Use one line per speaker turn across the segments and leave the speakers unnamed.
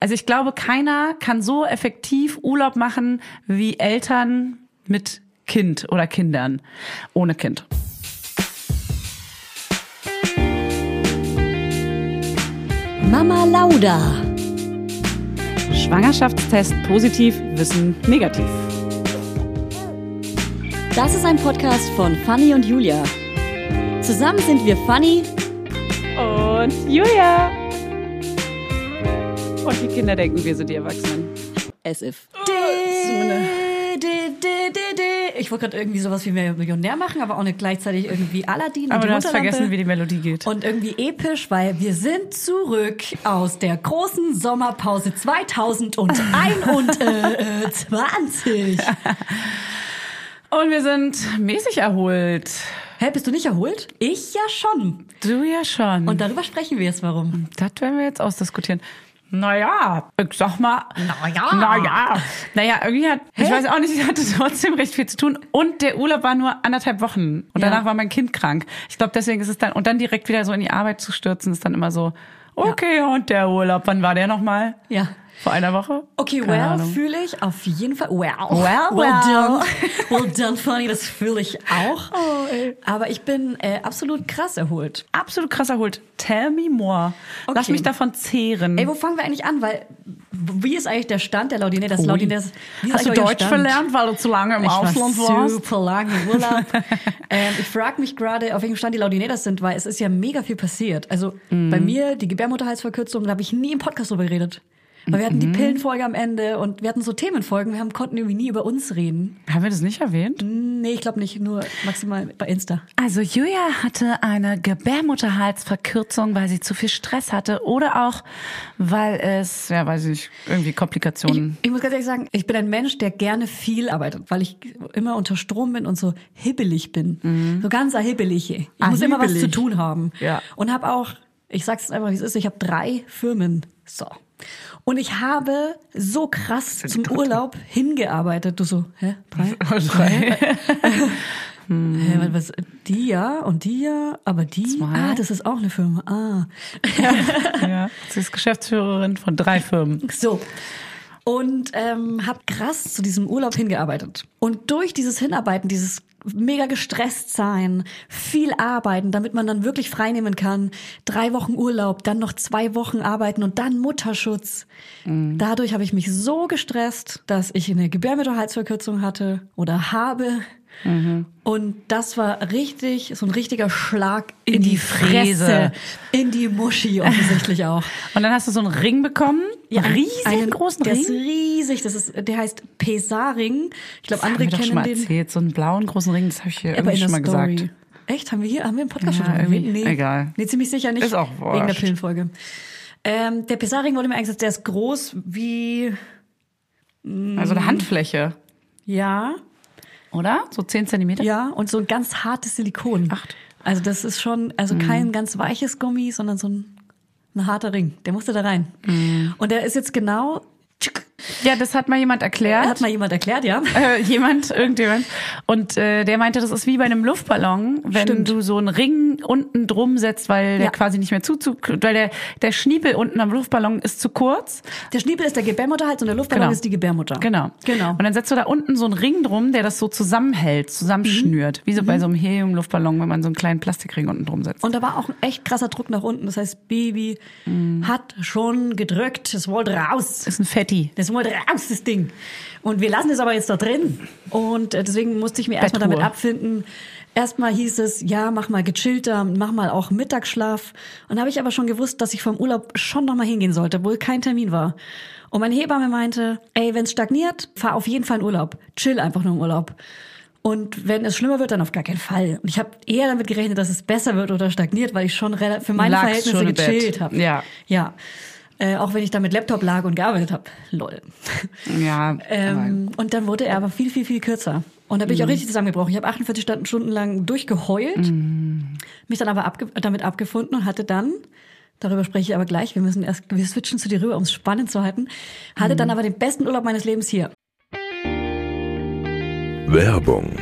Also ich glaube, keiner kann so effektiv Urlaub machen wie Eltern mit Kind oder Kindern ohne Kind.
Mama Lauda.
Schwangerschaftstest positiv, Wissen negativ.
Das ist ein Podcast von Fanny und Julia. Zusammen sind wir Fanny
Und Julia. Und die Kinder denken, wir sind die Erwachsenen.
as if.
so
Ich wollte gerade irgendwie sowas wie Millionär machen, aber auch nicht gleichzeitig irgendwie Aladdin
Aber
und die
du hast
Wunderlampe.
vergessen, wie die Melodie geht.
Und irgendwie episch, weil wir sind zurück aus der großen Sommerpause 2021.
Und wir sind mäßig erholt.
Hä, bist du nicht erholt? Ich ja schon.
Du ja schon.
Und darüber sprechen wir jetzt warum.
Das werden wir jetzt ausdiskutieren. Naja, ich sag mal.
Naja.
Naja. Naja, irgendwie hat, ich
Hä?
weiß auch nicht, ich hatte trotzdem recht viel zu tun. Und der Urlaub war nur anderthalb Wochen. Und
Ja.
danach war mein Kind krank. Ich glaube, deswegen ist es dann, und dann direkt wieder so in die Arbeit zu stürzen, ist dann immer so, okay, und der Urlaub, wann war der nochmal?
Ja.
Vor einer Woche?
Okay,
Keine
well,
Ahnung.
fühle ich auf jeden Fall. Well,
Well, well.
done. Well done, Fanny, das fühle ich auch. Aber ich bin äh, absolut krass erholt.
Absolut krass erholt. Tell me more. Lass
Okay.
mich davon zehren.
Ey, wo fangen wir eigentlich an? Weil, wie ist eigentlich der Stand der Laudine? Das
Ui.
Laudine, das, wie ist
Hast du
eigentlich der
Deutsch
Stand?
verlernt, weil du zu lange im
ich
Ausland
war
warst?
super lange im Urlaub. ähm, ich frage mich gerade, auf welchem Stand die Laudinetas sind, weil es ist ja mega viel passiert. Also bei mir, die Gebärmutterhalsverkürzung, da habe ich nie im Podcast drüber geredet. Weil wir hatten die Pillenfolge am Ende und wir hatten so Themenfolgen, wir haben, konnten irgendwie nie über uns reden.
Haben wir das nicht erwähnt?
Nee, ich glaube nicht, nur maximal bei Insta.
Also Julia hatte eine Gebärmutterhalsverkürzung, weil sie zu viel Stress hatte oder auch weil es, ja weiß ich, nicht, irgendwie
Ich,
Komplikationen.
ich muss ganz ehrlich sagen, ich bin ein Mensch, der gerne viel arbeitet, weil ich immer unter Strom bin und so hibbelig bin. So ganz hibbelig. Ich
Mhm. Ah,
muss immer was
hibbelig.
zu tun haben.
Ja.
Und habe auch, ich sag's einfach, wie es ist, ich habe drei Firmen. So. Und ich habe so krass zum Urlaub hingearbeitet. Du so, hä? Drei?
Drei. Mhm.
Hä, was- was, die ja und die ja, aber die. Ah, das ist auch eine Firma. Ah.
ja. Sie ist Geschäftsführerin von drei Firmen.
So. Und ähm, habe krass zu diesem Urlaub hingearbeitet. Und durch dieses Hinarbeiten, dieses mega gestresst sein, viel arbeiten, damit man dann wirklich freinehmen kann, drei Wochen Urlaub, dann noch zwei Wochen arbeiten und dann Mutterschutz.
Mhm.
Dadurch habe ich mich so gestresst, dass ich eine Gebärmutterhalsverkürzung hatte oder habe.
Mhm.
Und das war richtig, so ein richtiger Schlag in,
In
die,
die Fräse.
Fresse. In die Muschi offensichtlich auch.
Und dann hast du so einen Ring bekommen, einen
einen-
riesengroßen
der
Ring.
ist riesig. Das ist, der heißt Pesaring. Ich
Das
glaube,
haben
andere
wir doch schon
kennen
mal
den.
erzählt, so einen blauen großen Ring, das habe ich hier
aber
irgendwie
in
schon mal
der Story.
gesagt.
Echt? Haben wir hier, haben wir im Podcast
Ja,
schon drüber
irgendwie.
geredet?
Egal.
Nee, ziemlich sicher nicht.
Ist auch
Wegen der
wurscht.
Pillenfolge. Ähm, der Pesaring wurde mir eingesetzt, der ist groß wie,
Also eine Handfläche,
ja,
oder? So 10 Zentimeter.
ja, und so ein ganz hartes Silikon.
Acht. Mhm.
Also das ist schon, also kein ganz weiches Gummi, sondern so ein, ein harter Ring. Der musste da rein.
Mhm.
Und der ist jetzt genau, tschick,
Ja, das hat mal jemand erklärt.
hat mal jemand erklärt, ja?
äh, jemand, irgendjemand. Und äh, der meinte, das ist wie bei einem Luftballon, wenn
Stimmt.
du so einen Ring unten drum setzt, weil der
Ja.
quasi nicht mehr zu, zu weil der, der Schniepel unten am Luftballon ist zu kurz.
Der Schniepel ist der Gebärmutterhals und der Luftballon
Genau.
Genau. ist die Gebärmutter.
Genau.
Genau.
Und dann setzt du da unten so einen Ring drum, der das so zusammenhält, zusammenschnürt.
Mhm.
Wie so bei so einem Helium-Luftballon, wenn man so einen kleinen Plastikring unten drum setzt.
Und da war auch ein echt krasser Druck nach unten. Das heißt, Baby
Mhm.
hat schon gedrückt. Es wollte raus.
ist ein Fetti.
Das wollte raus, das Ding. Und wir lassen es aber jetzt da drin. Und äh, deswegen musste ich mir erstmal damit
Bettruhe.
abfinden. Erstmal hieß es, ja, mach mal gechillter, mach mal auch Mittagsschlaf. Und da habe ich aber schon gewusst, dass ich vom Urlaub schon nochmal hingehen sollte, obwohl kein Termin war. Und meine Hebamme meinte, ey, wenn es stagniert, fahr auf jeden Fall in Urlaub. Chill einfach nur im Urlaub. Und wenn es schlimmer wird, dann auf gar keinen Fall. Und ich habe eher damit gerechnet, dass es besser wird oder stagniert, weil ich schon rela- für meine
Lagst
Verhältnisse
schon im Bett.
gechillt habe.
Ja.
Ja. Äh, auch wenn ich da mit Laptop lag und gearbeitet habe. Lol.
Ja. aber-
Ähm, und dann wurde er aber viel, viel, viel kürzer. Und da bin ich
Mhm.
auch richtig zusammengebrochen. Ich habe 48 Stunden, Stunden lang durchgeheult,
Mhm.
mich dann aber abge damit abgefunden und hatte dann, darüber spreche ich aber gleich, wir müssen erst, wir switchen zu dir rüber, um es spannend zu halten, hatte
Mhm.
dann aber den besten Urlaub meines Lebens hier.
Werbung.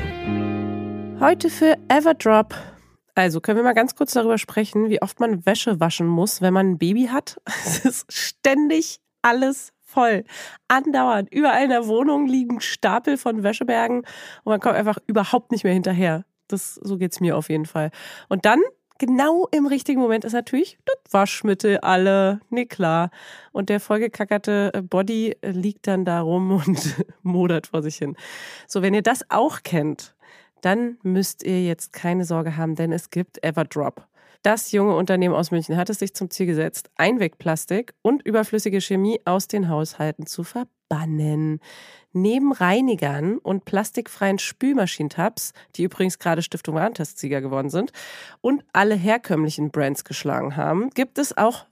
Heute für Everdrop. Also können wir mal ganz kurz darüber sprechen, wie oft man Wäsche waschen muss, wenn man ein Baby hat. Es ist ständig alles voll. Andauernd. Überall in der Wohnung liegen Stapel von Wäschebergen und man kommt einfach überhaupt nicht mehr hinterher. Das, so geht's mir auf jeden Fall. Und dann, genau im richtigen Moment, ist natürlich das Waschmittel alle. Nee, klar. Und der vollgekackerte äh, Body äh, liegt dann da rum und modert vor sich hin. So, wenn ihr das auch kennt, dann müsst ihr jetzt keine Sorge haben, denn es gibt Everdrop. Das junge Unternehmen aus München hat es sich zum Ziel gesetzt, Einwegplastik und überflüssige Chemie aus den Haushalten zu verbannen. Neben Reinigern und plastikfreien Spülmaschinentabs, die übrigens gerade Stiftung Warentest-Sieger geworden sind, und alle herkömmlichen Brands geschlagen haben, gibt es auch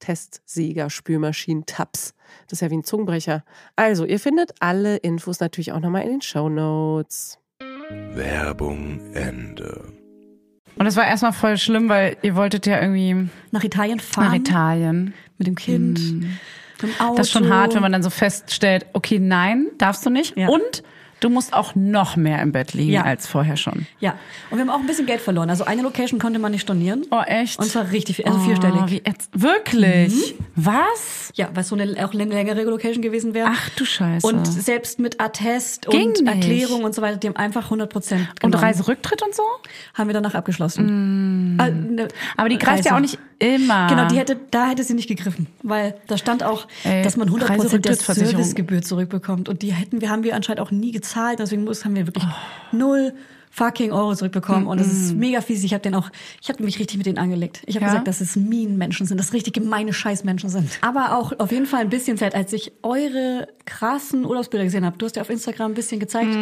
Testsieger, Spülmaschinen, Tabs. Das ist ja wie ein Zungenbrecher. Also, ihr findet alle Infos natürlich auch nochmal in den Show Notes.
Werbung Ende.
Und das war erstmal voll schlimm, weil ihr wolltet ja irgendwie
Nach Italien
nach
fahren.
Italien. Mhm.
Mit dem Kind. Mit dem Auto.
Das ist schon hart, wenn man dann so feststellt, okay, nein, darfst du nicht.
Ja.
Und du musst auch noch mehr im Bett liegen
Ja.
als vorher schon.
Ja. Und wir haben auch ein bisschen Geld verloren. Also eine Location konnte man nicht stornieren.
Oh, echt?
Und zwar richtig viel, also
Oh,
vierstellig.
wie ätz- Wirklich? Was?
Ja, weil es so eine auch eine längere Location gewesen wäre.
Ach du Scheiße.
Und selbst mit Attest
Ging
und
nicht.
Erklärung und so weiter, die haben einfach 100 Prozent
Und Reiserücktritt und so?
Haben wir danach abgeschlossen. Ah, ne,
Mm. Aber die greift
Reise.
ja auch nicht immer.
Genau, die hätte, da hätte sie nicht gegriffen, weil da stand auch,
Ey,
dass man 100 Prozent der
Reiserücktrittsversicherung.
Servicegebühr zurückbekommt. Und die hätten wir, haben wir anscheinend auch nie gezahlt. Deswegen muss, haben wir wirklich null fucking Euro zurückbekommen. Und das ist mega fies. Ich habe den auch, ich habe mich richtig mit denen angelegt. Ich habe
Ja?
gesagt, dass es Minenmenschen sind, dass richtig gemeine Scheißmenschen sind. Aber auch auf jeden Fall ein bisschen fett, als ich eure krassen Urlaubsbilder gesehen habe. Du hast ja auf Instagram ein bisschen gezeigt.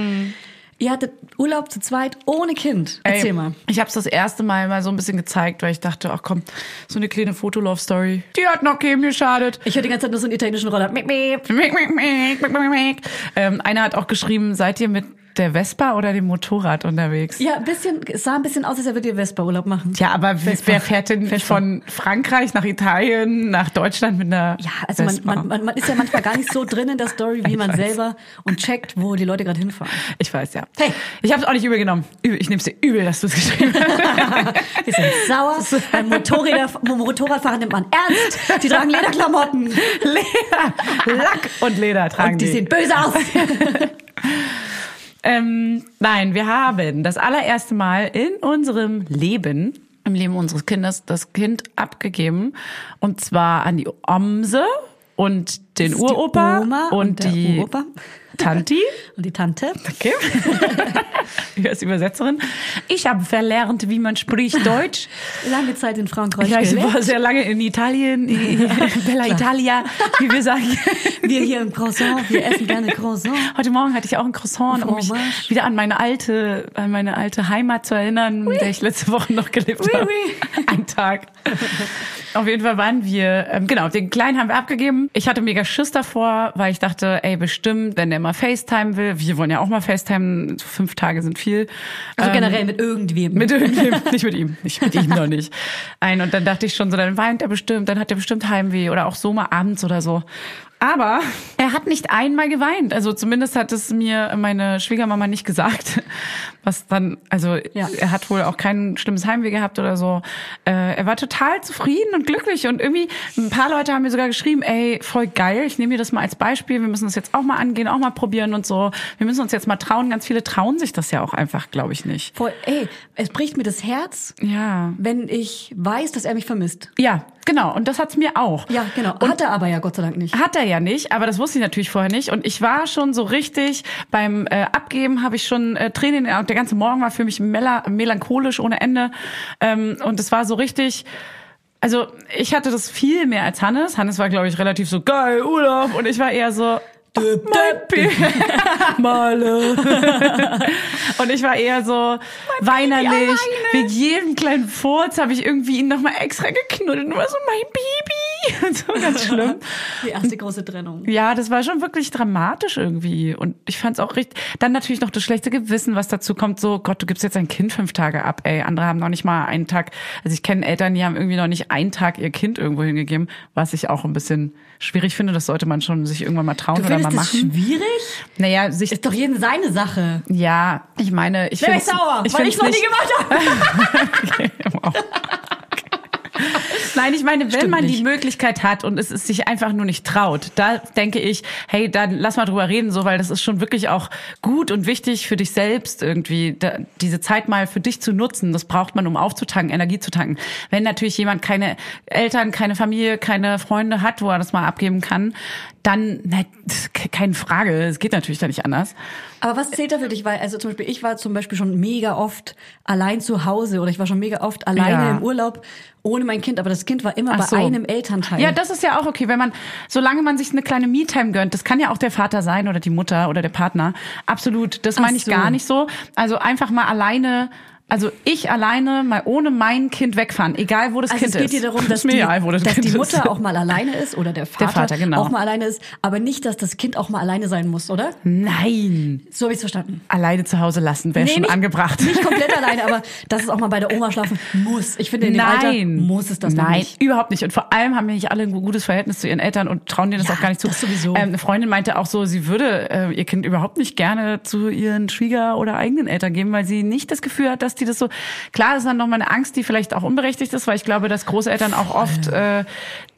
Ihr hattet Urlaub zu zweit ohne Kind.
Ey,
Erzähl mal.
Ich habe es das erste Mal mal so ein bisschen gezeigt, weil ich dachte, ach komm, so eine kleine Fotolove-Story. Die hat noch keinem geschadet.
Ich höre die ganze Zeit nur so einen italienischen Roller. Miep, miep.
Mick, mick, mick, mick, mick, mick. Ähm, einer hat auch geschrieben, seid ihr mit der Vespa oder dem Motorrad unterwegs?
Ja, ein bisschen, es sah ein bisschen aus, als würde ihr Vespa-Urlaub machen.
Ja, aber wie, wer fährt denn von Frankreich nach Italien, nach Deutschland mit einer
Ja, also man,
Vespa?
man, man, man ist ja manchmal gar nicht so drin in der Story, wie
Ich
man
weiß.
selber und checkt, wo die Leute gerade hinfahren.
Ich weiß, ja.
Hey.
Ich habe es auch nicht übel genommen. Übel, ich nehme es dir übel, dass du es geschrieben hast.
Wir sind sauer, weil Motorräder, Motorradfahrer nimmt man ernst. Die tragen Lederklamotten
Leder, Lack und Leder tragen
und die sehen böse aus.
Ähm, nein, wir haben das allererste Mal in unserem Leben, im Leben unseres Kindes, das Kind abgegeben. Und zwar an die Omse und den
Das ist die
Uropa
Oma
und,
und der
die
Uropa.
Tanti.
Und die Tante.
Kim. Die ist Übersetzerin. Ich habe verlernt, wie man spricht Deutsch.
Lange Zeit in Frankreich
Ich, weiß, ich
gelebt.
war sehr lange in Italien, in Bella Italia, wie wir sagen.
Wir hier im Croissant, wir essen gerne Croissant.
Heute Morgen hatte ich auch ein Croissant, um mich
Fromage.
wieder an meine alte, an meine alte Heimat zu erinnern, in der ich letzte Woche noch gelebt
Oui,
habe.
oui.
Ein Tag. Auf jeden Fall waren wir, ähm, genau, den Kleinen haben wir abgegeben. Ich hatte mega Schiss davor, weil ich dachte, ey, bestimmt, wenn der mal FaceTime will, wir wollen ja auch mal FaceTime, so fünf Tage sind viel.
Also
Ähm,
generell mit irgendwem.
mit irgendjemandem, nicht mit ihm, nicht mit ihm noch nicht. Ein und dann dachte ich schon so, dann weint er bestimmt, dann hat er bestimmt Heimweh oder auch so mal abends oder so. Aber er er hat nicht einmal geweint. Also zumindest hat es mir meine Schwiegermama nicht gesagt. Was dann, also
Ja.
er hat wohl auch kein schlimmes Heimweh gehabt oder so. Äh, er war total zufrieden und glücklich und irgendwie ein paar Leute haben mir sogar geschrieben, ey, voll geil, ich nehme dir das mal als Beispiel, wir müssen das jetzt auch mal angehen, auch mal probieren und so. Wir müssen uns jetzt mal trauen. Ganz viele trauen sich das ja auch einfach, glaube ich, nicht.
Voll, ey, es bricht mir das Herz,
Ja.
wenn ich weiß, dass er mich vermisst.
Ja, genau. Und das hat's mir auch.
Ja, genau. Hat er aber ja Gott sei Dank nicht.
Hat er ja nicht, aber das wusste ich natürlich vorher nicht. Und ich war schon so richtig beim äh, Abgeben, habe ich schon äh, Tränen. in den Augen. Der ganze Morgen war für mich mela melancholisch ohne Ende. Ähm, und es war so richtig. Also ich hatte das viel mehr als Hannes. Hannes war, glaube ich, relativ so geil Urlaub und ich war eher so. "Ach, mein Baby." äh,
Male.
Und ich war eher so weinerlich. Mit jedem kleinen Furz habe ich irgendwie ihn nochmal extra geknuddelt und war so mein Baby. Und so ganz schlimm.
Die erste große Trennung.
Ja, das war schon wirklich dramatisch irgendwie. Und ich fand's auch richtig. Dann natürlich noch das schlechte Gewissen, was dazu kommt. So, Gott, du gibst jetzt dein Kind fünf Tage ab, ey. Andere haben noch nicht mal einen Tag. Also ich kenne Eltern, die haben irgendwie noch nicht einen Tag ihr Kind irgendwo hingegeben, was ich auch ein bisschen schwierig finde. Das sollte man schon sich irgendwann mal trauen
Du
oder mal
findest das
machen.
schwierig?
Naja, sich.
Ist doch jedem seine Sache.
Ja, ich meine, ich finde.
Wer ist sauer? weil ich noch nie gemacht habe.
Okay, wow. Nein, ich meine, wenn
Stimmt
man die
nicht.
Möglichkeit hat und es ist sich einfach nur nicht traut, da denke ich, hey, dann lass mal drüber reden, so, weil das ist schon wirklich auch gut und wichtig für dich selbst irgendwie, da, diese Zeit mal für dich zu nutzen. Das braucht man, um aufzutanken, Energie zu tanken. Wenn natürlich jemand keine Eltern, keine Familie, keine Freunde hat, wo er das mal abgeben kann, dann, na, keine Frage, es geht natürlich da nicht anders.
Aber was zählt da für dich? Weil, also zum Beispiel, ich war zum Beispiel schon mega oft allein zu Hause oder ich war schon mega oft alleine
Ja.
im Urlaub ohne mein Kind, aber das Kind war immer
Ach
bei
so.
einem Elternteil.
Ja, das ist ja auch okay, wenn man, solange man sich eine kleine Me-Time gönnt, das kann ja auch der Vater sein oder die Mutter oder der Partner. Absolut, das
Ach
meine ich
so.
gar nicht so. Also einfach mal alleine, also ich alleine mal ohne mein Kind wegfahren, egal wo das
also
Kind
es geht
ist.
dir darum, dass,
Ist mir
die,
egal, wo das
dass
kind
die Mutter
ist.
auch mal alleine ist oder der Vater,
Vater, genau.
auch mal alleine ist, aber nicht, dass das Kind auch mal alleine sein muss, oder?
Nein,
So habe ich es verstanden.
alleine zu Hause lassen wäre
Nee,
schon
nicht-
angebracht.
Nicht komplett alleine, aber dass es auch mal bei der Oma schlafen muss. Ich finde, in dem Alter muss es das
Nein,
noch nicht.
überhaupt nicht. Und vor allem haben ja nicht alle ein gutes Verhältnis zu ihren Eltern und trauen dir das
Ja,
auch gar nicht zu.
das sowieso.
Ähm, eine Freundin meinte auch so, sie würde äh, ihr Kind überhaupt nicht gerne zu ihren Schwieger- oder eigenen Eltern geben, weil sie nicht das Gefühl hat, dass die das so. Klar, das ist dann nochmal eine Angst, die vielleicht auch unberechtigt ist, weil ich glaube, dass Großeltern auch oft äh,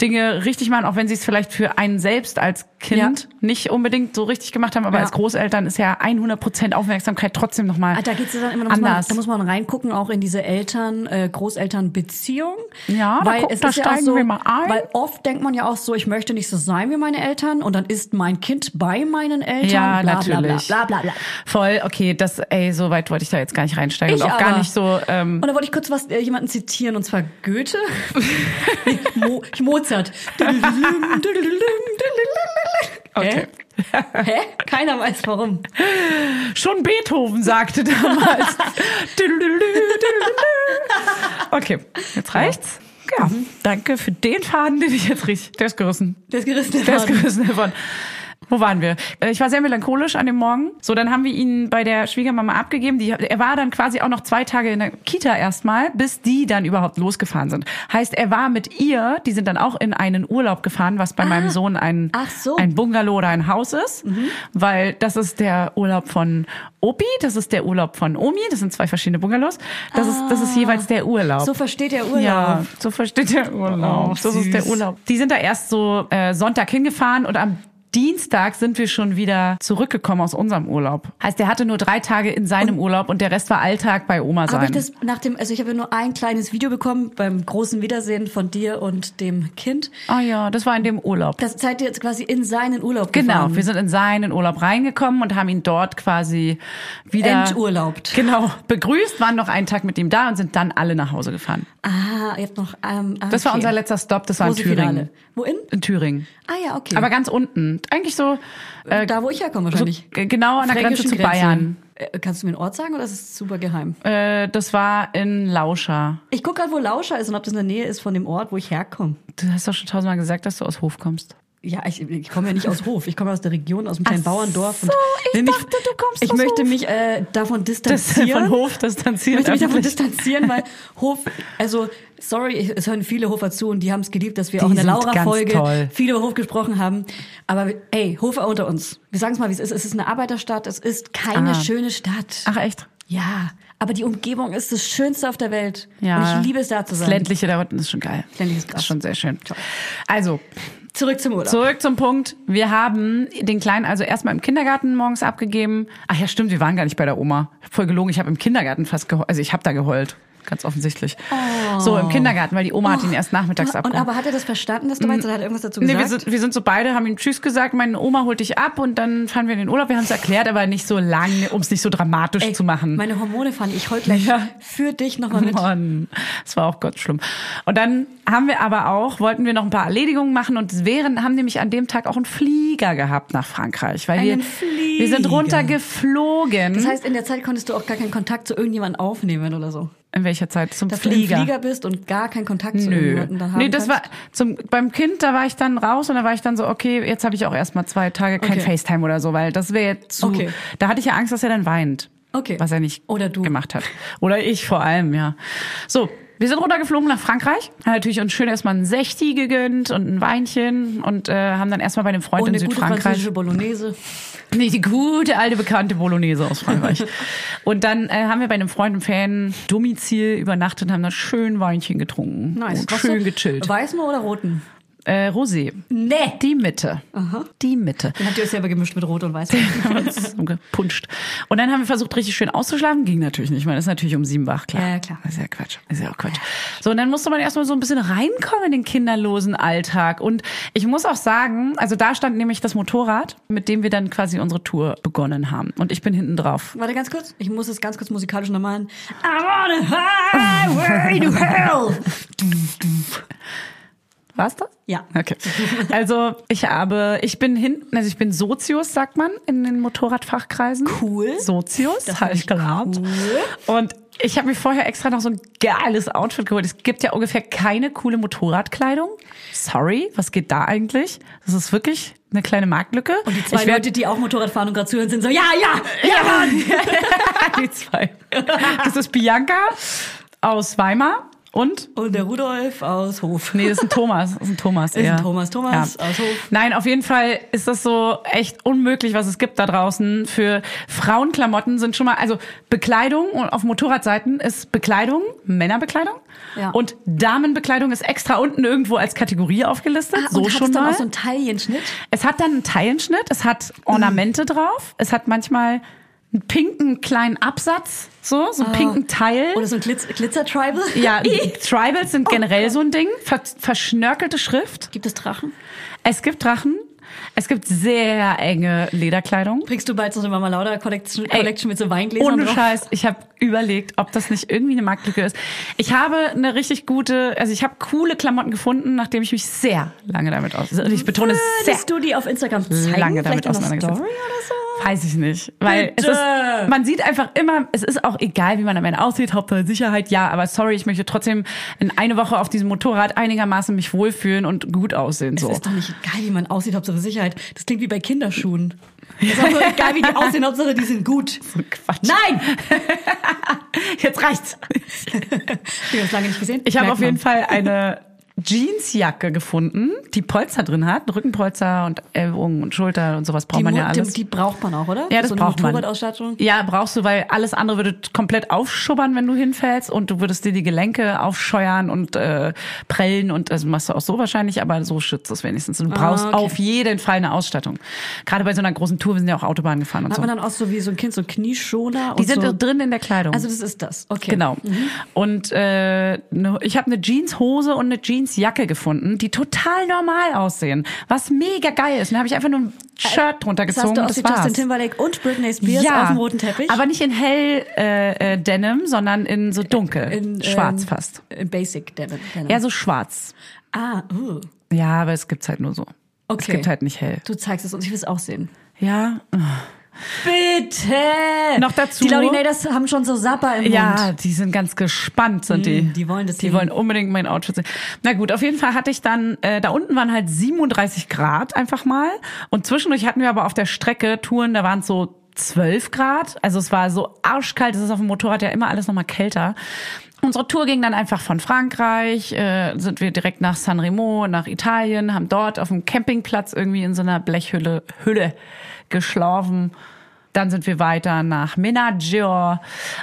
Dinge richtig machen, auch wenn sie es vielleicht für einen selbst als Kind
Ja.
nicht unbedingt so richtig gemacht haben. Aber
Ja.
als Großeltern ist ja 100 Prozent Aufmerksamkeit trotzdem nochmal
Ah, Da geht's ja dann immer noch
anders.
Mal, da muss man reingucken, auch in diese Eltern, äh, Großelternbeziehung.
Ja, da guck- da
auch
steigen
so,
wir mal ein.
Weil oft denkt man ja auch so, ich möchte nicht so sein wie meine Eltern und dann ist mein Kind bei meinen Eltern.
Ja,
bla,
natürlich.
Bla, bla, bla, bla.
Voll, okay, das, ey, so weit wollte ich da jetzt gar nicht reinsteigen
Ich
und auch
aber.
gar nicht so. Ähm,
Und da wollte ich kurz was äh, jemanden zitieren, und zwar Goethe. Nee, Mo ich Mozart.
Okay.
Hä? Hä? Keiner weiß warum.
schon Beethoven sagte damals. Düdelülü, düdelülü. okay, jetzt reicht's. Ja, danke für den Faden, den ich jetzt richtig. Der ist gerissen.
Der ist gerissen.
Der ist
worden.
gerissen davon. Wo waren wir? Äh, Ich war sehr melancholisch an dem Morgen. So, dann haben wir ihn bei der Schwiegermama abgegeben. Die, er war dann quasi auch noch zwei Tage in der Kita erstmal, bis die dann überhaupt losgefahren sind. Heißt, er war mit ihr, die sind dann auch in einen Urlaub gefahren, was bei meinem Sohn ein,
Ah. Ach so. Mhm.
ein Bungalow oder ein Haus ist. Weil das ist der Urlaub von Opi, das ist der Urlaub von Omi, das sind zwei verschiedene Bungalows. Das, ist, das ist jeweils der Urlaub.
Ah. So versteht der Urlaub.
Ja, so versteht der Urlaub.
Oh,
das ist der
süß.
Urlaub. Die sind da erst so äh, Sonntag hingefahren und am Dienstag sind wir schon wieder zurückgekommen aus unserem Urlaub. Heißt, der hatte nur drei Tage in seinem Urlaub und der Rest war Alltag bei Oma
Habe ich
sein.
das nach dem, also ich habe ja nur ein kleines Video bekommen beim großen Wiedersehen von dir und dem Kind.
Ah ja, das war in dem Urlaub.
Das seid ihr jetzt quasi in seinen Urlaub
Genau,
gefahren.
wir sind in seinen Urlaub reingekommen und haben ihn dort quasi wieder
Enturlaubt.
Genau, begrüßt, waren noch einen Tag mit ihm da und sind dann alle nach Hause gefahren.
Ah, ihr habt noch. Ähm, ah,
Das war
okay.
unser letzter Stopp, das war in
Große Finale.
Thüringen.
Wohin?
In Thüringen.
Ah ja, okay.
Aber ganz unten, eigentlich so äh,
da, wo ich herkomme
so
wahrscheinlich.
g- genau an der Grenze
Fränkischen
zu Bayern.
Äh, Kannst du mir einen Ort sagen oder ist es super geheim?
Äh, das war in Lauscha.
Ich gucke gerade, wo Lauscher ist und ob das in der Nähe ist von dem Ort, wo ich herkomme.
Du hast doch schon tausendmal gesagt, dass du aus Hof kommst.
Ja, ich, ich komme ja nicht aus Hof. Ich komme aus der Region, aus einem kleinen
Ach
Bauerndorf.
so, ich dachte, du kommst
Ich
aus
möchte
Hof.
mich äh, davon distanzieren.
von Hof distanzieren.
Ich möchte mich davon
öffentlich.
distanzieren, weil Hof, also sorry, ich- es hören viele Hofer zu und die haben es geliebt, dass wir auch in der
sind ganz
Laura-Folge
toll.
viel über Hof gesprochen haben. Aber ey, Hofer unter uns. Wir sagen es mal, wie es ist. Es ist eine Arbeiterstadt, es ist keine
Ah.
schöne Stadt.
Ach echt?
Ja, aber die Umgebung ist das Schönste auf der Welt.
Ja.
Und ich liebe es da zu sein.
Das ländliche da unten ist schon geil.
Ländliche ist krass.
Ist schon sehr schön. Also,
Zurück zum Urlaub.
Zurück zum Punkt. Wir haben den Kleinen also erstmal im Kindergarten morgens abgegeben. Ach ja, stimmt, wir waren gar nicht bei der Oma. Ich hab Voll gelogen, ich habe im Kindergarten fast geheult. Also ich habe da geheult, ganz offensichtlich. So, im Kindergarten, weil die Oma hat ihn erst nachmittags
Oh. Und
abgeholt.
aber hat er das verstanden, dass du meinst, oder hat er irgendwas dazu gesagt?
Nee, wir sind, wir sind so beide, haben ihm Tschüss gesagt, meine Oma holt dich ab und dann fahren wir in den Urlaub. Wir haben es erklärt, aber nicht so lang, um es nicht so dramatisch
Ey,
zu machen.
Meine Hormone fahren. Ich heul gleich
Ja.
für dich nochmal mit.
Mann, das war auch Gott schlimm. Und dann haben wir aber auch, wollten wir noch ein paar Erledigungen machen und wären, haben nämlich an dem Tag auch einen Flieger gehabt nach Frankreich, weil
Einen
wir, wir sind
Flieger.
runtergeflogen.
Das heißt, in der Zeit konntest du auch gar keinen Kontakt zu irgendjemandem aufnehmen oder so.
in welcher Zeit? Zum
Dass du
Flieger.
im Flieger bist und gar keinen Kontakt zu
Nö.
irgendjemandem dann halt haben
Nee, das war
kannst.
zum beim Kind, da war ich dann raus und da war ich dann so, okay, jetzt habe ich auch erstmal zwei Tage kein
Okay.
FaceTime oder so, weil das wäre jetzt zu.
Okay.
Da hatte ich ja Angst, dass er dann weint.
Okay.
Was er nicht
Oder du.
gemacht hat. Oder ich vor allem, ja. So, wir sind runtergeflogen nach Frankreich. Haben natürlich uns schön erstmal ein Sechti gegönnt und ein Weinchen und äh, haben dann erstmal bei dem Freund
Und Oh, eine
in
gute
Südfrankreich. Oh,
französische Bolognese.
Nee, die gute alte bekannte Bolognese aus Frankreich. und dann äh, haben wir bei einem Freund im Fan-Domizil übernachtet und haben da schön Weinchen getrunken. Und
Was
schön
so?
gechillt.
Weißen oder roten?
Äh, Rosé.
Nee.
Die Mitte. Die Mitte.
Den habt ihr euch selber gemischt mit Rot und Weiß.
Haben uns gepunscht. Und dann haben wir versucht, richtig schön auszuschlafen. Ging natürlich nicht. Man ist natürlich um sieben wach, klar.
Ja, klar.
Ist ja Quatsch. Ist ja auch Quatsch. So, und dann musste man erstmal so ein bisschen reinkommen in den kinderlosen Alltag. Und ich muss auch sagen, also da stand nämlich das Motorrad, mit dem wir dann quasi unsere Tour begonnen haben. Und ich bin hinten drauf.
Warte ganz kurz. Ich muss es ganz kurz musikalisch noch machen. I'm on a highway to hell.
War's das?
Ja.
Okay. Also ich habe, ich bin hinten, also ich bin Sozius, sagt man, in den Motorradfachkreisen.
Cool.
Sozius,
Das
habe
find
ich gelernt.
cool.
Und ich habe mir vorher extra noch so ein geiles Outfit geholt. Es gibt ja ungefähr keine coole Motorradkleidung. Sorry, was geht da eigentlich? Das ist wirklich eine kleine Marktlücke. Und
Die zwei Leute, die auch Motorrad fahren und gerade zuhören, sind so, ja, ja, ja, Mann.
die zwei. Das ist Bianca aus Weimar und
Und der Rudolf aus Hof.
Nee, das ist ein Thomas. Das ist ein Thomas.
ein
eher.
Thomas. Thomas aus Hof.
Nein, auf jeden Fall ist das so echt unmöglich, was es gibt da draußen. Für Frauenklamotten sind schon mal, also Bekleidung und auf Motorradseiten ist Bekleidung, Männerbekleidung.
Ja.
Und Damenbekleidung ist extra unten irgendwo als Kategorie aufgelistet.
Ah,
so
und
schon
hattest dann
mal.
auch so einen Taillenschnitt?
Es hat dann einen Teilenschnitt, es hat Ornamente
Mhm.
drauf, es hat manchmal einen pinken kleinen Absatz, so, so einen pinken Teil.
Ah. Oder Oh so ein Glitz Glitzer-Tribal?
ja, Tribals sind generell so ein Ding. Ver verschnörkelte Schrift.
Gibt es Drachen?
Es gibt Drachen. Es gibt sehr enge Lederkleidung.
Bringst du bald so eine Mama Lauda Collection,
Ey,
Collection mit so Weingläsern
Ohne
drauf?
Scheiß, ich habe überlegt, ob das nicht irgendwie eine Marktlücke ist. Ich habe eine richtig gute, also ich habe coole Klamotten gefunden, nachdem ich mich sehr lange damit aus. Und ich betone es sehr.
Würdest du die auf Instagram zeigen?
lange
Vielleicht
damit
in einer
auseinandergesetzt.
Story oder so?
Weiß ich nicht, weil
Bitte.
es ist, man sieht einfach immer, es ist auch egal, wie man am Ende aussieht, Hauptsache Sicherheit, ja, aber sorry, ich möchte trotzdem in eine Woche auf diesem Motorrad einigermaßen mich wohlfühlen und gut aussehen, so.
Das ist doch nicht egal, wie man aussieht, Hauptsache Sicherheit. Das klingt wie bei Kinderschuhen. Das ist auch so egal, wie die aussehen, Hauptsache die sind gut.
Quatsch.
Nein!
Jetzt reicht's.
Ich habe es lange nicht gesehen.
Ich habe
Merkt
auf jeden
man.
Fall eine Jeansjacke gefunden, die Polster drin hat, Rückenpolster und Ellbogen und Schulter und sowas braucht
Die,
man
Mu-
ja alles.
die, die braucht man auch, oder?
ja, das
so
braucht
eine
man.
Motorradausstattung.
Ja, brauchst du, weil alles andere würde komplett aufschubbern, wenn du hinfällst und du würdest dir die Gelenke aufscheuern und äh, prellen und also machst du auch so wahrscheinlich, aber so schützt es wenigstens. Und du brauchst
Ah, okay.
auf jeden Fall eine Ausstattung. Gerade bei so einer großen Tour, wir sind ja auch Autobahn gefahren und
Hat
so.
man dann auch so wie so ein Kind so Knieschoner
Die
und
sind
so.
drin in der Kleidung.
Also das ist das. Okay.
Genau.
Mhm.
Und äh, ne, ich habe eine Jeanshose und eine Jeansjacke gefunden, die total normal aussehen, was mega geil ist. Und da habe ich einfach nur ein Shirt drunter
Das hast
gezogen
Äh, du
und
aus
das
wie Justin
war's.
Timberlake und Britney Spears auf dem roten Teppich.
aber nicht in hell äh, äh, Denim, sondern in so dunkel,
In, ähm,
schwarz fast.
In Basic Denim. Denim.
Ja, so schwarz.
Ah, uh.
Ja, aber es gibt's halt nur so.
Okay.
Es gibt halt nicht hell.
Du zeigst es uns, ich will es auch sehen.
Ja,
Bitte!
Noch dazu-
Die Laudinators haben schon so Sapper im
Ja,
Mund. Mhm,
die sind ganz gespannt, sind die.
die wollen das
Die
sehen.
wollen unbedingt mein Outfit sehen. Na gut, auf jeden Fall hatte ich dann, äh, da unten waren halt 37 Grad einfach mal. Und zwischendurch hatten wir aber auf der Strecke Touren, da waren es so 12 Grad. Also es war so arschkalt, es ist auf dem Motorrad ja immer alles nochmal kälter. Unsere Tour ging dann einfach von Frankreich, äh, sind wir direkt nach San Remo, nach Italien, haben dort auf dem Campingplatz irgendwie in so einer Blechhülle Hülle geschlafen. Dann sind wir weiter nach Menaggio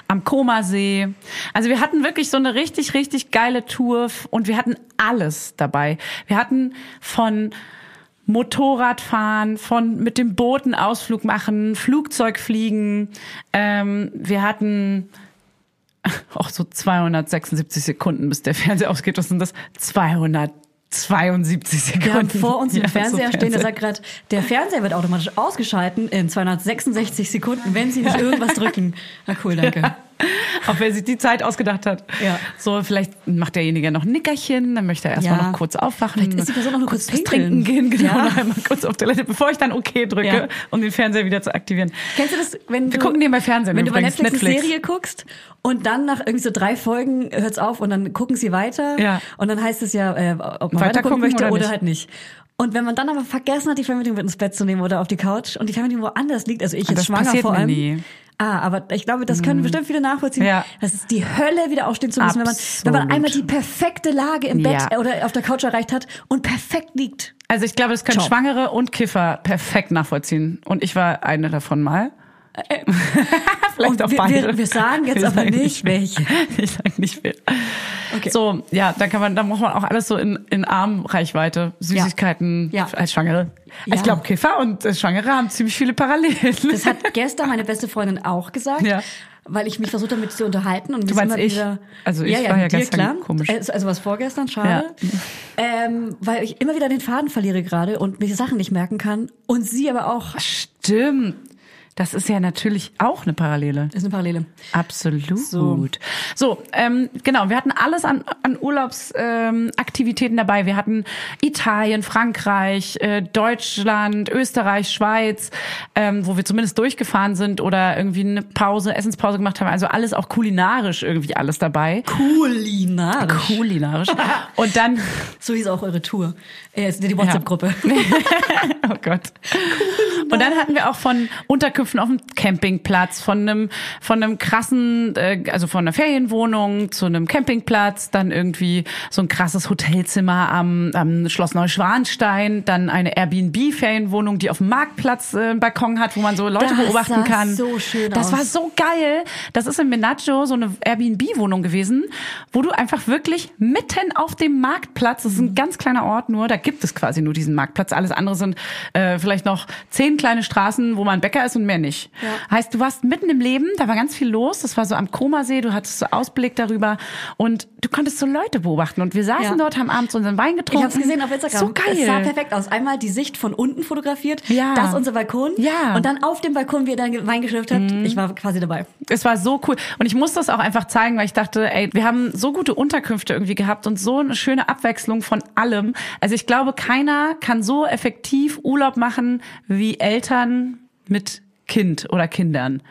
am Comasee. Also wir hatten wirklich so eine richtig, richtig geile Tour f- und wir hatten alles dabei. Wir hatten von Motorradfahren, von mit dem Boot einen Ausflug machen, Flugzeug fliegen. Ähm, wir hatten auch so 276 Sekunden, bis der Fernseher ausgeht. Was sind das? 272 Sekunden.
Wir haben vor uns
Ja,
einen
so
Fernseher stehen,
Fernseher.
der sagt gerade, der Fernseher wird automatisch ausgeschalten in 266 Sekunden, wenn Sie nicht irgendwas drücken. Na cool, danke.
Auch wer sich die Zeit ausgedacht hat.
Ja.
So, vielleicht macht derjenige noch ein Nickerchen, dann möchte er erstmal
Ja.
noch kurz aufwachen.
Vielleicht ist die Person auch nur kurz
was trinken
pinkeln.
gehen, genau.
Ja.
Noch einmal kurz auf Toilette, bevor ich dann OK drücke,
Ja.
um den Fernseher wieder zu aktivieren.
Kennst du das, wenn du,
Wir gucken nebenbei Fernsehen
wenn du bei
übrigens,
Netflix, eine
Netflix.
Serie guckst und dann nach irgendwie so drei Folgen hört's auf und dann gucken sie weiter
Ja.
und dann heißt es ja, äh, ob
Weiter
man weiter gucken
gucken
möchte oder,
oder nicht.
halt nicht. Und wenn man dann aber vergessen hat, die Fernbedienung mit ins Bett zu nehmen oder auf die Couch und die Fernbedienung woanders liegt, also ich jetzt
Ah, das
schwanger
passiert
vor
mir
allem.
nie. Hm.
Ah, aber ich glaube, das können bestimmt viele nachvollziehen.
Ja.
Das ist die Hölle, wieder aufstehen zu müssen, wenn man, wenn man
Absolut.
einmal die perfekte Lage im Bett
Ja.
oder auf der Couch erreicht hat und perfekt liegt.
Also ich glaube, das können
Ciao.
Schwangere und Kiffer perfekt nachvollziehen. Und ich war eine davon mal. Vielleicht
Äh, Und
auch
wir-
beide.
wir- wir sagen jetzt aber
sagen
nicht, welche.
Ich sage nicht welche.
Okay.
So, ja, da kann man, da braucht man auch alles so in, in Armreichweite. Süßigkeiten
Ja.
als Schwangere.
Ja.
Ich glaube, Kiffer und äh, Schwangere haben ziemlich viele Parallelen.
Das hat gestern meine beste Freundin auch gesagt,
Ja.
weil ich mich versucht habe, mit ihr zu unterhalten. Und du
meinst ich? Also ich
ja, ja,
war ja
mit dir,
gestern
klar.
komisch.
Also, also was vorgestern, schade. Ähm, weil ich immer wieder den Faden verliere gerade und mir die Sachen nicht merken kann. Und sie aber auch.
Stimmt. Das ist ja natürlich auch eine Parallele.
Ist eine Parallele.
Absolut.
So.
So, ähm, genau, wir hatten alles an, an Urlaubsaktivitäten ähm, Aktivitäten dabei. Wir hatten Italien, Frankreich, äh, Deutschland, Österreich, Schweiz, ähm, wo wir zumindest durchgefahren sind oder irgendwie eine Pause, Essenspause gemacht haben. Also alles auch kulinarisch irgendwie alles dabei.
Kulinarisch.
Kulinarisch. Und dann,
So hieß auch eure Tour. Äh, ist die WhatsApp-Gruppe.
oh Gott. Und dann hatten wir auch von Unterkünften auf dem Campingplatz, von einem von einem krassen, äh, also von einer Ferienwohnung zu einem Campingplatz, dann irgendwie so ein krasses Hotelzimmer am, am Schloss Neuschwanstein, dann eine Airbnb-Ferienwohnung, die auf dem Marktplatz äh, einen Balkon hat, wo man so Leute
Das
beobachten
sah
kann.
so schön
das
aus.
war so geil. Das ist in Menaggio so eine Airbnb-Wohnung gewesen, wo du einfach wirklich mitten auf dem Marktplatz, das ist
Mhm.
ein ganz kleiner Ort nur, da gibt es quasi nur diesen Marktplatz. Alles andere sind äh, vielleicht noch zehn kleine Straßen, wo man Bäcker ist und mehr nicht. Heißt, du warst mitten im Leben, da war ganz viel los. Das war so am Komasee, du hattest so Ausblick darüber und du konntest so Leute beobachten. Und wir saßen
Ja.
dort, haben abends unseren Wein
Ich
getrunken.
habe es gesehen auf Instagram.
So geil.
Es sah perfekt aus. Einmal die Sicht von unten fotografiert.
Ja.
Das ist unser Balkon.
Ja. Mhm.
Und dann auf dem Balkon, wie ihr dann Wein geschlürft habt. Ich war quasi dabei.
es war so cool. Und ich muss das auch einfach zeigen, weil ich dachte, ey, wir haben so gute Unterkünfte irgendwie gehabt und so eine schöne Abwechslung von allem. Also ich glaube, keiner kann so effektiv Urlaub machen wie Eltern mit Kind oder Kindern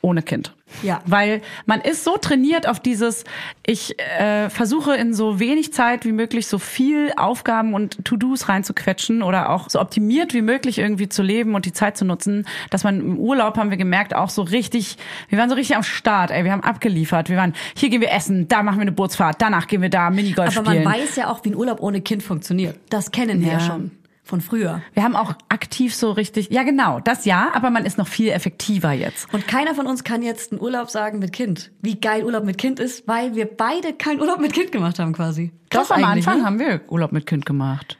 ohne Kind.
Ja.
Weil man ist so trainiert auf dieses, ich äh, versuche in so wenig Zeit wie möglich so viel Aufgaben und To-Dos reinzuquetschen oder auch so optimiert wie möglich irgendwie zu leben und die Zeit zu nutzen, dass man im Urlaub, haben wir gemerkt, auch so richtig, wir waren so richtig am Start, ey, wir haben abgeliefert, wir waren, hier gehen wir essen, da machen wir eine Bootsfahrt, danach gehen wir da Minigolf
Aber
spielen.
man weiß ja auch, wie ein Urlaub ohne Kind funktioniert. Das kennen wir ja
Ja.
schon von früher.
wir haben auch aktiv so richtig, ja genau, das ja, aber man ist noch viel effektiver jetzt.
Und keiner von uns kann jetzt einen Urlaub sagen mit Kind. Wie geil Urlaub mit Kind ist, weil wir beide keinen Urlaub mit Kind gemacht haben quasi.
Doch, Äh, am
eigentlich,
Anfang
ne?
haben wir Urlaub mit Kind gemacht.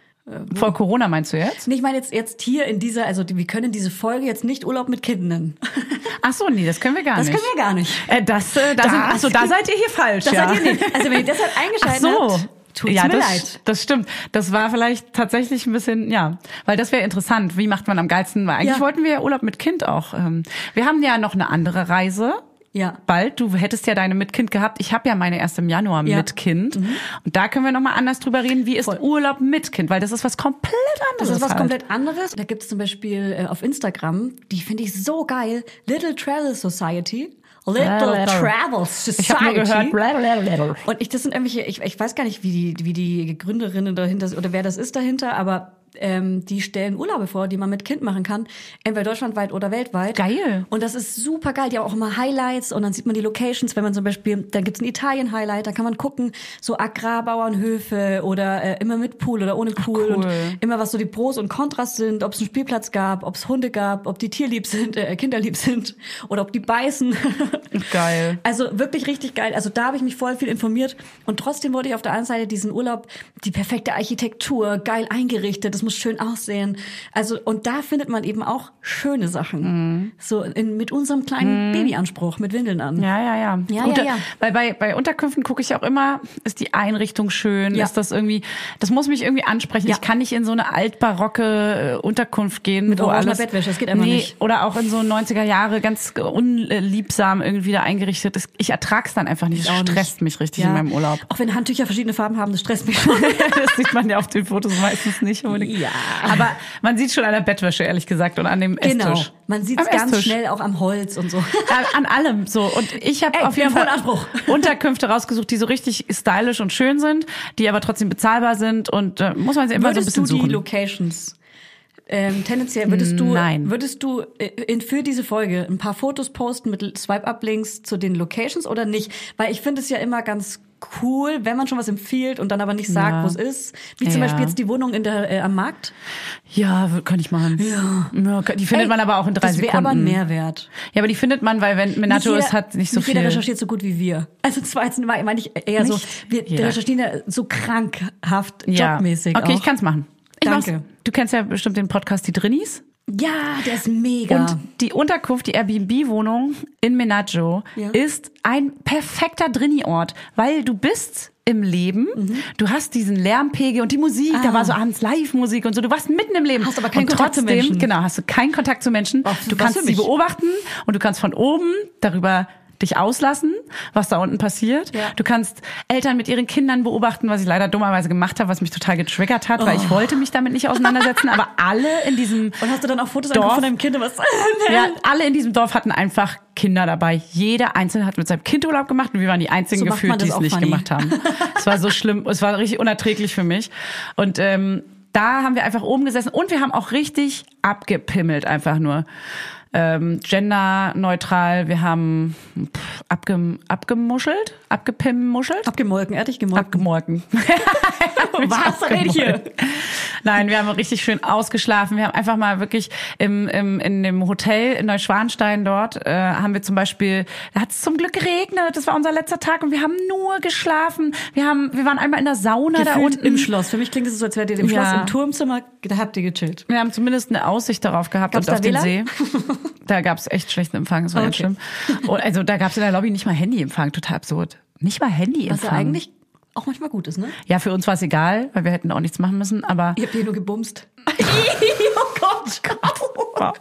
Vor Corona meinst du jetzt?
Nee, Ich meine jetzt, jetzt hier in dieser, also die, wir können diese Folge jetzt nicht Urlaub mit Kind nennen.
Ach so, nee, das können wir gar
Das
nicht.
können wir gar nicht.
Äh, das, äh, da sind, achso, da seid ihr hier falsch.
Das
ja.
seid ihr nicht. Also wenn ihr deshalb
Ach
eingeschaltet
so.
habt, tut's
ja,
mir
das,
leid.
das stimmt. Das war vielleicht tatsächlich ein bisschen, ja, weil das wäre interessant. Wie macht man am geilsten? Weil eigentlich
Ja.
wollten wir ja Urlaub mit Kind auch. Ähm, wir haben ja noch eine andere Reise
Ja.
bald. Du hättest ja deine mit Kind gehabt. Ich habe ja Mhm. meine erst im Januar
Ja.
mit Kind. Und da können wir nochmal anders drüber reden. Wie ist
Voll.
Urlaub mit Kind? Weil das ist was komplett anderes.
Das ist was
halt.
komplett anderes. Da gibt's zum Beispiel äh, auf Instagram, die finde ich so geil, Little Travel Society. Little
Little.
Travel Society.
Ich habe nur gehört.
Und ich, das sind irgendwelche, ich, ich weiß gar nicht, wie die, wie die Gründerinnen dahinter oder wer das ist dahinter, aber ähm, die stellen Urlaube vor, die man mit Kind machen kann, entweder deutschlandweit oder weltweit.
Geil.
Und das ist super geil. Die haben auch immer Highlights und dann sieht man die Locations, wenn man zum Beispiel, dann gibt's ein Italien-Highlight, da kann man gucken, so Agrarbauernhöfe oder äh, immer mit Pool oder ohne Pool
cool.
und immer was so die Pros und Kontras sind, ob es einen Spielplatz gab, ob es Hunde gab, ob die tierlieb sind, äh, kinderlieb sind oder ob die beißen.
Geil.
Also wirklich richtig geil. Also da habe ich mich voll viel informiert und trotzdem wurde ich auf der einen Seite diesen Urlaub, die perfekte Architektur, geil eingerichtet, das muss schön aussehen. Also und da findet man eben auch schöne Sachen. So in, mit unserem kleinen Babyanspruch, mit Windeln an.
Mhm. Ja, ja, ja.
Ja,
Gute-
ja, ja.
Weil bei, bei Unterkünften gucke ich auch immer, ist die Einrichtung schön,
Ja.
ist das irgendwie, das muss mich irgendwie ansprechen.
Ja.
Ich kann nicht in so eine altbarocke äh, Unterkunft gehen. Mit wo
orangener
alles,
Bettwäsche, das geht einfach
nee,
nicht.
Oder auch in so 90er Jahre ganz unliebsam irgendwie da eingerichtet ist. Ich ertrag's dann einfach nicht.
Auch
Das
nicht.
stresst mich richtig
Ja.
in meinem Urlaub.
Auch wenn Handtücher verschiedene Farben haben, das stresst mich schon.
das sieht man ja auf den Fotos meistens nicht. unbedingt.
Ja.
Aber man sieht schon an der Bettwäsche, ehrlich gesagt, und an dem
genau.
Esstisch.
Man sieht
Am
es ganz
Esstisch.
schnell auch am Holz und so.
An- An allem so. Und ich habe
Ey,
auf
wir
jeden
haben
Fall
hohen Anspruch.
Unterkünfte rausgesucht, die so richtig stylisch und schön sind, die aber trotzdem bezahlbar sind und äh, muss man sich immer so ein
Würdest
bisschen
du die
suchen.
Locations ähm, tendenziell würdest du
Nein.
würdest du äh, in, für diese Folge ein paar Fotos posten mit Swipe-Up-Links zu den Locations oder nicht? Weil ich finde es ja immer ganz cool, wenn man schon was empfiehlt und dann aber nicht sagt,
Ja.
wo es ist. Wie
Ja.
zum Beispiel jetzt die Wohnung in der äh, am Markt.
Ja, w- kann ich machen. Ja. die findet
Ey,
man aber auch in drei
das
Sekunden.
wäre aber ein Mehrwert.
Ja, aber die findet man, weil wenn Menato
jeder-
ist, hat nicht so viel.
Jeder recherchiert so gut wie wir. Also zweitens meine mein ich eher so,
Nicht
wir
jeder.
recherchieren ja so krankhaft
ja.
jobmäßig.
Okay,
auch.
ich kann's machen. Ich
Danke.
mach's. Du kennst ja bestimmt den Podcast Die Drinnies.
Ja, der ist mega.
Und die Unterkunft, die Airbnb-Wohnung in Menaggio
Ja.
ist ein perfekter Drini-Ort, weil du bist im Leben,
Mhm.
du hast diesen Lärmpegel und die Musik, da war so abends Live-Musik und so, du warst mitten im Leben.
Ah. Hast aber keinen
und
Kontakt zu
trotzdem,
Menschen.
Genau, hast du keinen Kontakt zu Menschen.
Ach,
du
was
kannst
für
sie
mich.
beobachten und du kannst von oben darüber dich auslassen, was da unten passiert.
Ja.
Du kannst Eltern mit ihren Kindern beobachten, was ich leider dummerweise gemacht habe, was mich total getriggert hat, weil
Oh.
ich wollte mich damit nicht auseinandersetzen, aber alle in diesem
Und hast du dann auch Fotos
Dorf.
angeguckt von deinem Kind und was?
ja, alle in diesem Dorf hatten einfach Kinder dabei. Jeder Einzelne hat mit seinem Kind Urlaub gemacht und wir waren die einzigen
So macht man
gefühlt, die
das
es
auch,
nicht
Fanny.
gemacht haben. es war so schlimm, es war richtig unerträglich für mich. Und ähm, da haben wir einfach oben gesessen und wir haben auch richtig abgepimmelt, einfach nur. Ähm, genderneutral, wir haben pff, abgem abgemuschelt, abgepimmuschelt.
Abgemolken, ehrlich gemolken.
Abgemolken.
Was rede ich hier?
Nein, wir haben richtig schön ausgeschlafen. Wir haben einfach mal wirklich im, im, in dem Hotel in Neuschwanstein dort, äh, haben wir zum Beispiel, da hat es zum Glück geregnet, das war unser letzter Tag und wir haben nur geschlafen. Wir haben, wir waren einmal in der Sauna da
Gefühlt
unten.
im Schloss. Für mich klingt es so, als wärt ihr im
Ja.
Schloss, im Turmzimmer, da habt ihr gechillt.
wir haben zumindest eine Aussicht darauf gehabt
Gab's
und auf
da
den See.
WLAN?
Da gab's echt schlechten Empfang, das war ganz
Okay.
schlimm. Und also da gab's in der Lobby nicht mal Handyempfang, total absurd. Nicht mal Handyempfang.
Was ja eigentlich auch manchmal gut ist, ne?
Ja, für uns war es egal, weil wir hätten auch nichts machen müssen, aber
Ihr habt hier nur gebumst. oh Gott, Gott.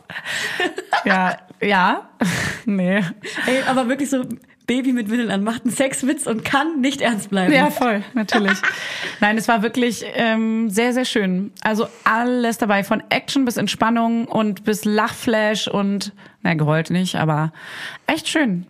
ja, ja. nee.
Ey, aber wirklich so Baby mit Windeln an macht einen Sexwitz und kann nicht ernst bleiben.
Ja, voll, natürlich. Nein, es war wirklich ähm, sehr, sehr schön. Also alles dabei, von Action bis Entspannung und bis Lachflash und, na, geheult nicht, aber echt schön.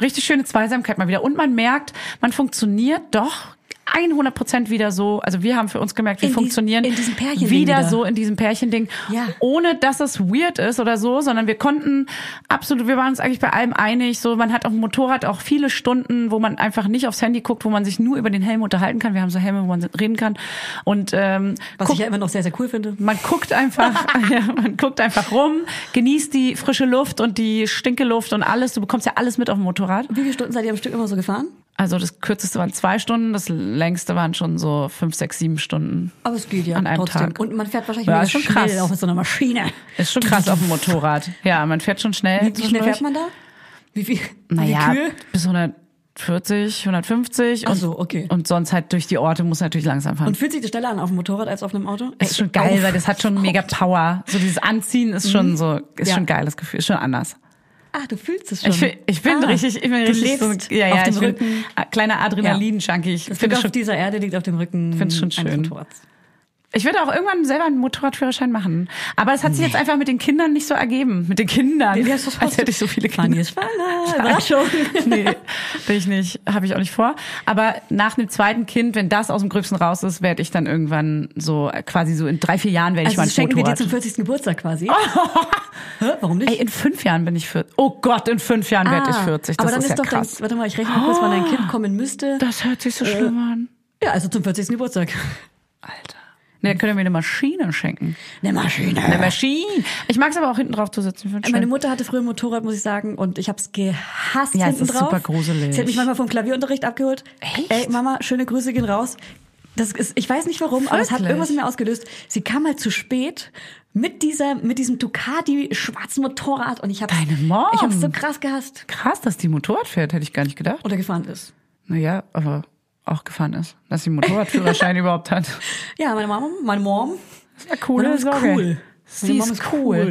Richtig schöne Zweisamkeit mal wieder. Und man merkt, man funktioniert doch 100 Prozent wieder so. Also wir haben für uns gemerkt, wir
In dies-
funktionieren
in diesem Pärchending
wieder
wieder.
so in diesem Pärchending,
Ja.
ohne dass es weird ist oder so, sondern wir konnten absolut, wir waren uns eigentlich bei allem einig. So, man hat auf dem Motorrad auch viele Stunden, wo man einfach nicht aufs Handy guckt, wo man sich nur über den Helm unterhalten kann. Wir haben so Helme, wo man reden kann und ähm,
Was
guck-
ich ja immer noch sehr, sehr cool finde.
man guckt einfach, ja, man guckt einfach rum, genießt die frische Luft und die stinke Luft und alles. Du bekommst ja alles mit auf dem Motorrad.
Wie viele Stunden seid ihr am Stück immer so gefahren?
Also das kürzeste waren zwei Stunden, das längste waren schon so fünf, sechs, sieben Stunden.
Aber es geht ja
An einem
trotzdem.
Tag.
Und man fährt wahrscheinlich
Ja,
mega
ist schon
schnell
krass.
auch mit so einer Maschine.
Ist schon krass auf dem Motorrad. Ja, man fährt schon schnell.
Wie schnell fährt man da? Wie viel?
Naja,
Wie viel Kühe?
bis 140, 150
Ach
und,
so, okay.
und sonst halt durch die Orte muss natürlich langsam fahren.
Und fühlt sich das schneller an auf dem Motorrad als auf einem Auto?
ist schon geil, weil das hat schon mega Power. So dieses Anziehen ist schon so, ist
Mhm. Ja.
schon ein geiles Gefühl, ist schon anders.
Ah, du fühlst es schon.
Ich, fühl- ich bin
ah,
richtig, ich bin
du
richtig
lebst
so, ja, ja,
auf dem
ich bin
Rücken.
a- kleiner Adrenalin-Junkie. Ich
Das
finde
Glück
schon,
auf dieser Erde liegt auf dem Rücken.
find's schon
eines
schön.
Motorrads.
ich würde auch irgendwann selber einen Motorradführerschein machen. Aber es hat sich jetzt einfach mit den Kindern nicht so ergeben. Mit den Kindern.
Ja, das
Als hätte ich so viele
Fanny
Kinder.
ist schwanger. Überraschung.
nee, bin ich nicht. Habe ich auch nicht vor. Aber nach dem zweiten Kind, wenn das aus dem Gröbsten raus ist, werde ich dann irgendwann so äh, quasi so in drei, vier Jahren werde ich
Also
mal
das
ein
schenken wir dir
Motorrad.
zum 40. Geburtstag quasi. Hä, warum nicht? Ah,
Ey, in fünf Jahren bin ich 40. Oh Gott, in fünf Jahren werde ich 40. Das
aber dann
ist,
ist,
ja
doch
krass. Ah. Äh.
Dein, warte mal, ich rechne mal kurz, wann dein Kind kommen müsste.
das hört sich so schlimm an.
Ja, also zum 40. Geburtstag.
Alter. Ne, dann könnt ihr mir eine Maschine schenken.
Eine Maschine.
Eine Maschine. Ich mag es aber auch hinten drauf zu sitzen. Ich find's
Meine
schön.
Mutter hatte früher ein Motorrad, muss ich sagen, und ich habe es gehasst
Ja, es
hinten
ist
drauf.
super gruselig.
Sie hat mich manchmal vom Klavierunterricht abgeholt.
Echt?
Ey, Mama, schöne Grüße gehen raus. Das ist, ich weiß nicht warum, aber es hat
Wirklich?
irgendwas in mir ausgelöst. Sie kam halt zu spät mit dieser, mit diesem Ducati schwarzen Motorrad und ich habe
Deine Mom.
ich habe so krass gehasst
Krass, dass die Motorrad fährt, hätte ich gar nicht gedacht.
oder gefahren ist.
Naja, aber auch gefahren ist, dass sie einen Motorradführerschein überhaupt hat.
Ja, meine Mama, meine Mom.
Das ist eine coole
Meine Mama ist
Sorge.
cool.
Sie
Meine Mama
ist
ist
cool.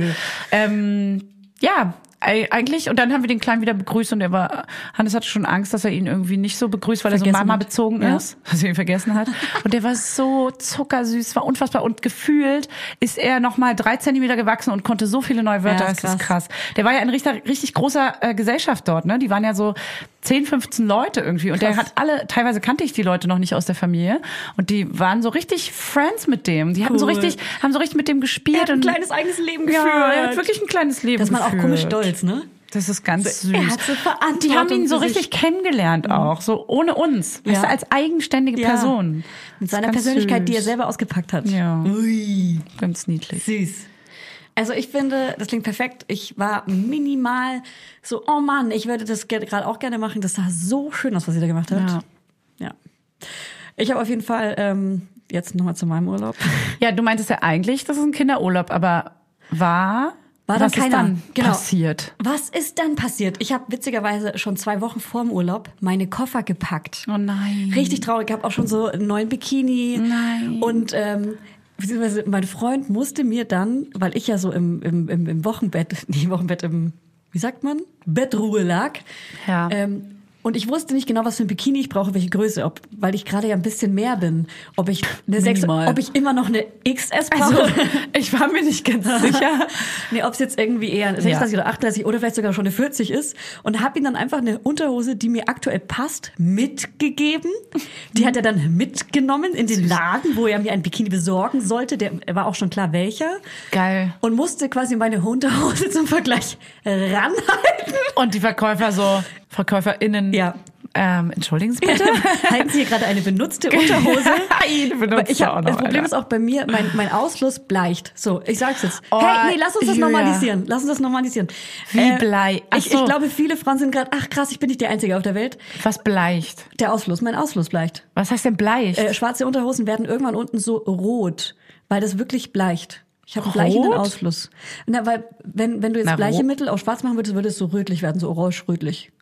cool.
Ähm, ja, ei- eigentlich. Und dann haben wir den Kleinen wieder begrüßt und er war, Hannes hatte schon Angst, dass er ihn irgendwie nicht so begrüßt, weil er so
Vergessen
Mama
hat.
bezogen
Ja.
ist, dass er ihn vergessen hat. Und der war so zuckersüß, war unfassbar. Und gefühlt ist er nochmal drei Zentimeter gewachsen und konnte so viele neue Wörter.
Ja,
das
ist
ist krass. Der war ja in richtig, richtig großer äh, Gesellschaft dort, ne? Die waren ja so 10, 15 Leute irgendwie. Und der
Krass.
hat alle, teilweise kannte ich die Leute noch nicht aus der Familie. Und die waren so richtig Friends mit dem. Die hatten so
Cool.
richtig, haben so richtig mit dem gespielt.
Er hat ein
und-
kleines eigenes Leben geführt.
Ja, er hat wirklich ein kleines Leben
Das ist man auch
geführt.
komisch stolz, ne?
Das ist ganz süß.
Er hat so Verantwortung
die haben ihn so
für sich. Mhm.
richtig kennengelernt auch, so ohne uns,
Ja.
weißt du, als eigenständige
Ja.
Person.
Mit seiner
Ganz
Persönlichkeit, die er
süß.
selber ausgepackt hat.
Ja.
Ui.
Ganz niedlich.
Süß. Also ich finde, das klingt perfekt. Ich war minimal so, oh Mann, ich würde das ge- gerade auch gerne machen. Das sah so schön aus, was ihr da gemacht habt.
Ja.
ja. Ich habe auf jeden Fall ähm, jetzt nochmal zu meinem Urlaub.
Ja, du meintest ja eigentlich, das ist ein Kinderurlaub, aber war,
War dann
was ist
keiner.
dann
Genau.
passiert?
Was ist dann passiert? Ich habe witzigerweise schon zwei Wochen vorm Urlaub meine Koffer gepackt.
Oh nein.
Richtig traurig. Ich habe auch schon so einen neuen Bikini.
Nein.
Und ähm, beziehungsweise mein Freund musste mir dann, weil ich ja so im, im, im, im Wochenbett, nee, Wochenbett im, wie sagt man? Bettruhe lag.
Ja.
Ähm, und ich wusste nicht genau, was für ein Bikini ich brauche, welche Größe, ob, weil ich gerade ja ein bisschen mehr bin. Ob ich eine 6,
Minimal.
ob ich immer noch eine XS brauche.
Also, ich war mir nicht ganz sicher.
nee, ob es jetzt irgendwie eher 36 oder 38 oder vielleicht sogar schon eine 40 ist. Und habe ihm dann einfach eine Unterhose, die mir aktuell passt, mitgegeben. Die hat er dann mitgenommen in den Laden, wo er mir ein Bikini besorgen sollte. Der war auch schon klar welcher.
Geil.
Und musste quasi meine Unterhose zum Vergleich ranhalten.
Und die Verkäufer so, VerkäuferInnen,
Ja.
ähm, entschuldigen Sie bitte.
Halten Sie hier gerade eine benutzte Unterhose?
Ihn benutzt
Aber ich
er auch
hab,
noch,
das Problem
Alter.
ist auch bei mir, mein, mein Ausschluss bleicht. So, ich sag's jetzt.
Oh,
hey, nee, lass uns das
Julia.
normalisieren. Lass uns das normalisieren. Äh,
Wie blei- Ach
Ich,
so.
ich glaube, viele Frauen sind gerade, ach krass, ich bin nicht der Einzige auf der Welt.
Was bleicht?
Der Ausfluss, mein Ausfluss bleicht.
Was heißt denn bleicht?
Äh, schwarze Unterhosen werden irgendwann unten so rot, weil das wirklich bleicht. Ich habe einen bleichenden
Rot?
Ausfluss. Na, weil wenn, wenn du jetzt
Na,
bleiche
rot-
Mittel auf schwarz machen würdest, würde es so rötlich werden, so orange-rötlich.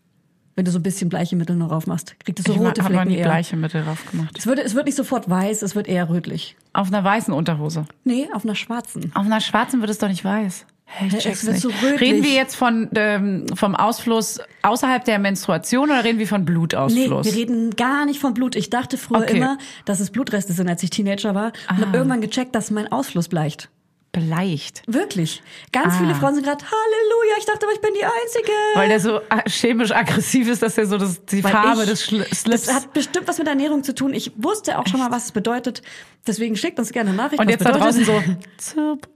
Wenn du so ein bisschen bleiche Mittel noch drauf machst, kriegt es so
ich habe
rote
noch
Flecken
nie
eher.
bleiche Mittel drauf gemacht.
Es, wird, es wird nicht sofort weiß, es wird eher rötlich.
Auf einer weißen Unterhose.
Nee, auf einer schwarzen.
Auf einer schwarzen wird es doch nicht weiß. Hey, ich
Hä,
check's
es wird
nicht.
so rötlich.
reden wir jetzt von ähm, vom Ausfluss außerhalb der Menstruation oder reden wir von
Nee,
Blutausfluss?
wir reden gar nicht von Blut. Ich dachte früher
Okay. Ah.
immer, dass es Blutreste sind, als ich Teenager war. Und habe irgendwann gecheckt, dass mein Ausfluss bleicht.
bleicht.
Wirklich. Ganz
Ah.
viele Frauen sind gerade, Halleluja, ich dachte aber, ich bin die Einzige.
Weil der so äh, chemisch aggressiv ist, dass er so das, die
Weil
Farbe
ich-
des Schli- Slips.
Das hat bestimmt was mit Ernährung zu tun. Ich wusste auch schon mal, was es bedeutet. Deswegen schickt uns gerne Nachrichten.
und
was
jetzt da
bedeutet.
draußen so zirp,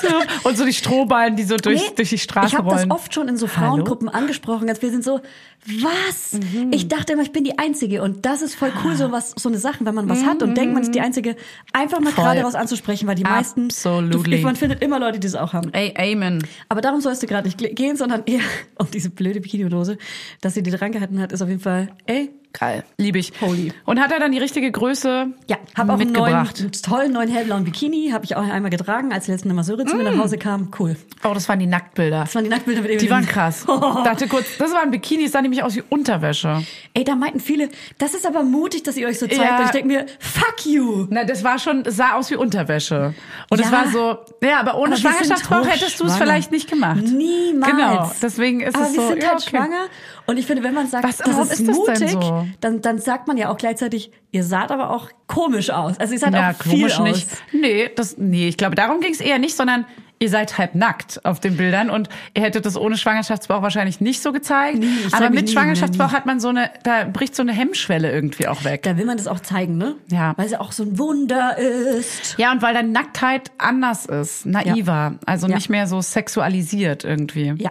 zirp, und so die Strohballen, die so durch,
Nee,
durch die Straße
Ich habe das
rollen.
oft schon in so
Hallo? Mhm.
Frauengruppen angesprochen, als wir sind so, was? Ich dachte immer, ich bin die Einzige. Und das ist voll cool,
Ah.
so was, so eine Sache, wenn man was hat und denkt, man ist die Einzige, einfach mal
Mhm. Voll.
gerade was anzusprechen, weil die meisten,
Absolutely.
du, man findet immer Leute, die es auch haben.
Ey, Amen.
Aber darum sollst du gerade nicht gehen, sondern eher um diese blöde Bikinidose, dass sie dir dran gehalten hat, ist auf jeden Fall, ey,
Geil. Liebe ich.
Holy.
Und hat er dann die richtige Größe
Ja, habe auch einen neuen,
mitgebracht?
einen tollen neuen hellblauen Bikini, habe ich auch einmal getragen, als die letzten Masseure zu mir nach Hause kam. Cool.
Oh, das waren die Nacktbilder.
Das waren die Nacktbilder mit
Mm. Die
Evelyn.
waren krass. Ich dachte kurz, das waren Bikinis, sah nämlich aus wie Unterwäsche.
Ey, da meinten viele, das ist aber mutig, dass ihr euch so zeigt.
Ja.
Und ich denke mir, fuck you.
Na, das war schon, es sah aus wie Unterwäsche. Und es
Ja.
war so, ja, aber ohne
Aber wir sind
Schwangerschaftsbauch hättest du es
hochschwanger.
vielleicht nicht gemacht.
Niemals.
Genau, deswegen ist
aber
es
wir
so,
sind
ja,
halt
okay.
schwanger. Und ich finde, wenn man sagt,
Was- warum
das ist,
ist das denn
mutig,
so?
dann, dann sagt man ja auch gleichzeitig, ihr saht aber auch komisch aus. Also ihr saht
Ja,
auch viel
komisch nicht.
aus.
Nee, das, nee, ich glaube, darum ging es eher nicht, sondern ihr seid halb nackt auf den Bildern und ihr hättet das ohne Schwangerschaftsbauch wahrscheinlich nicht so gezeigt.
Nee, ich
aber
zeig mich
mit
nie,
Schwangerschaftsbauch hat man so eine, da bricht so eine Hemmschwelle irgendwie auch weg.
Da will man das auch zeigen, ne?
Ja.
Weil es ja auch so ein Wunder ist.
Ja, und weil dann Nacktheit anders ist, naiver, also
Ja.
nicht mehr so sexualisiert irgendwie.
Ja.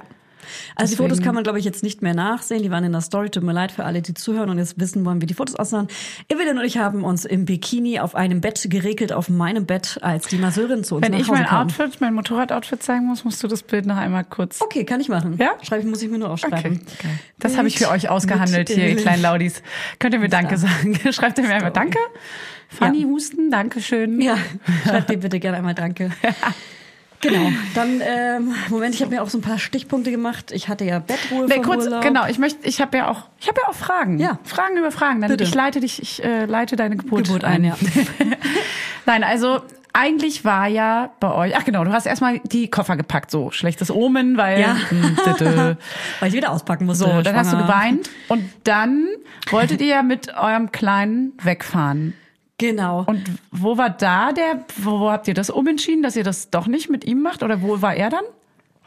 Also die Fotos kann man, glaube ich, jetzt nicht mehr nachsehen. Die waren in der Story. Tut mir leid für alle, die zuhören und jetzt wissen wollen, wie die Fotos aussahen. Evelyn und ich haben uns im Bikini auf einem Bett geregelt, auf meinem Bett, als die Masseurin zu uns
Wenn
nach
ich
Hause
mein
kam.
Outfit, mein Motorradoutfit zeigen muss, musst du das Bild noch einmal kurz.
Okay, kann ich machen.
Ja?
Schreibe, muss ich mir nur aufschreiben.
Geil. Das habe ich für euch ausgehandelt
Mit
hier, ihr
Evelyn.
kleinen Laudis. Könnt ihr mir Danke sagen? Schreibt ihr mir einfach Danke. Fanny
Ja.
Husten, Dankeschön.
Ja, schreibt dir bitte gerne einmal Danke. Genau, dann, ähm, Moment, ich habe mir auch so ein paar Stichpunkte gemacht. Ich hatte ja Bettruhe
Nee,
vom
kurz,
Urlaub.
genau, ich möchte, ich habe ja auch, ich habe ja auch Fragen.
Ja.
Fragen über Fragen. Dann
Bitte.
ich leite dich, ich äh, leite deine Geburt,
Geburt ein, ja.
Nein, also eigentlich war ja bei euch, ach genau, du hast erstmal die Koffer gepackt, so schlechtes Omen, weil
Ja.
Hm, tütü.
Weil ich wieder auspacken musste.
so, dann hast du
schwanger.
geweint und dann wolltet ihr ja mit eurem Kleinen wegfahren.
Genau.
Und wo war da der, wo, wo habt ihr das umentschieden, dass ihr das doch nicht mit ihm macht? Oder wo war er dann?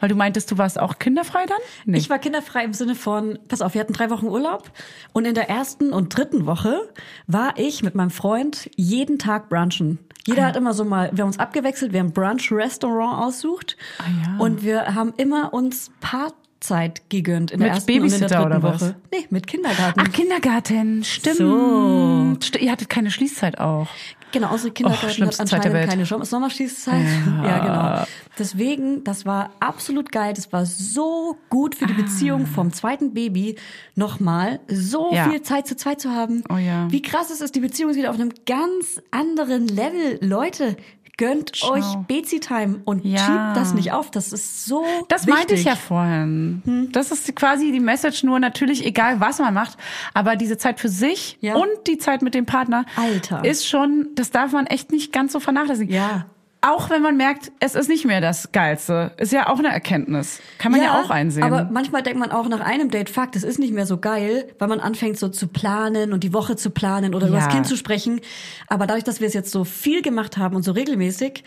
Weil du meintest, du warst auch kinderfrei dann? Nee.
Ich war kinderfrei im Sinne von, pass auf, wir hatten drei Wochen Urlaub und in der ersten und dritten Woche war ich mit meinem Freund jeden Tag brunchen.
Ah.
Jeder hat immer so mal, wir haben uns abgewechselt, wir haben Brunch-Restaurant aussucht
Ah, ja.
und wir haben immer uns Paarzeit gegönnt in der
Mit
ersten und in der
Babysitter
dritten
oder was?
Woche. Nee, mit Kindergarten.
Ach, Kindergarten, stimmt.
So.
St ihr hattet keine Schließzeit auch.
Genau, unsere
Och,
Kindergarten hat
schlimmste Zeit der
anscheinend
Welt.
keine Chance. Sommerschließzeit. Ja. genau. Deswegen, das war absolut geil. Das war so gut für die Beziehung vom zweiten Baby, nochmal so
Ah. Ja.
viel Zeit zu zweit zu haben.
Oh ja.
Wie krass es ist, die Beziehung ist wieder auf einem ganz anderen Level. Leute, gönnt euch Bezi-Time und
Ja.
schiebt das nicht auf. Das ist so
Das
wichtig.
meinte ich ja vorhin. Das ist quasi die Message nur natürlich, egal was man macht, aber diese Zeit für sich
Ja.
und die Zeit mit dem Partner
Alter.
ist schon, das darf man echt nicht ganz so vernachlässigen.
Ja.
Auch wenn man merkt, es ist nicht mehr das Geilste. Ist ja auch eine Erkenntnis. Kann man ja, auch einsehen.
Aber manchmal denkt man auch nach einem Date, fuck, das ist nicht mehr so geil, weil man anfängt so zu planen und die Woche zu planen oder über
Ja.
das Kind zu sprechen. Aber dadurch, dass wir es jetzt so viel gemacht haben und so regelmäßig,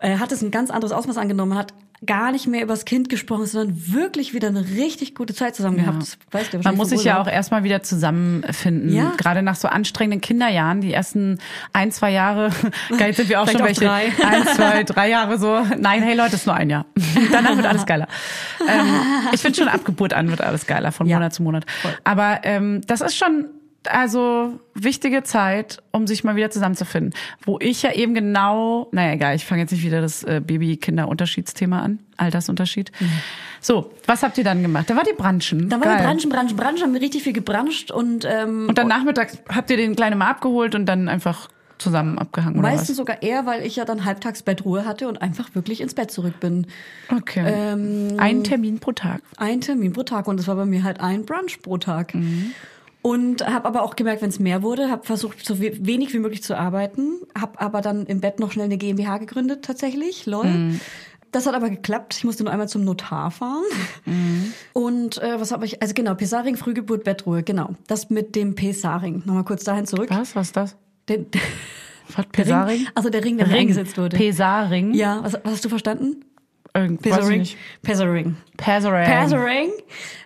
äh, hat es ein ganz anderes Ausmaß angenommen. Man hat gar nicht mehr über das Kind gesprochen, sondern wirklich wieder eine richtig gute Zeit zusammen gehabt. Das weißt du ja
Man
wahrscheinlich
muss
vom
sich ja auch
Urlaub.
erstmal wieder zusammenfinden.
Ja.
Gerade nach so anstrengenden Kinderjahren, die ersten ein, zwei Jahre, geil sind wir auch schon
Vielleicht
welche.
auch drei.
Ein, zwei, drei Jahre so. Nein, hey Leute, ist nur ein Jahr. Danach wird alles geiler. Ähm, ich finde schon ab Geburt an wird alles geiler, von
Ja.
Monat zu Monat. Aber ähm, das ist schon. Also wichtige Zeit, um sich mal wieder zusammenzufinden. Wo ich ja eben genau, naja egal, ich fange jetzt nicht wieder das äh, Baby-Kinder-Unterschiedsthema an, Altersunterschied.
Mhm.
So, was habt ihr dann gemacht? Da war die Branchen.
Dann waren wir
Geil.
branchen, branchen, branchen, haben wir richtig viel gebranscht und, ähm,
Und dann nachmittags habt ihr den Kleinen mal abgeholt und dann einfach zusammen abgehangen oder
meistens sogar eher, weil ich ja dann halbtags Bettruhe hatte und einfach wirklich ins Bett zurück bin.
was? Okay.
Ähm,
Ein Termin pro Tag.
Ein Termin pro Tag und es war bei mir halt ein Brunch pro Tag.
Mhm.
Und habe aber auch gemerkt, wenn es mehr wurde, habe versucht, so we- wenig wie möglich zu arbeiten, habe aber dann im Bett noch schnell eine GmbH gegründet tatsächlich, lol.
Mhm.
Das hat aber geklappt. Ich musste nur einmal zum Notar fahren.
Mhm.
Und äh, was habe ich? Also genau, Pesaring, Frühgeburt, Bettruhe, genau. Das mit dem Pesaring. Nochmal kurz dahin zurück.
Was? Was ist das?
Den,
Was?
der
Pesaring?
Ring, also der Ring, der Ring. eingesetzt wurde.
Pesaring?
ja, was, was hast du verstanden?
Irgendwie, weiß ich
Pesaring.
nicht.
Pesaring.
Pesaring.
Pathering.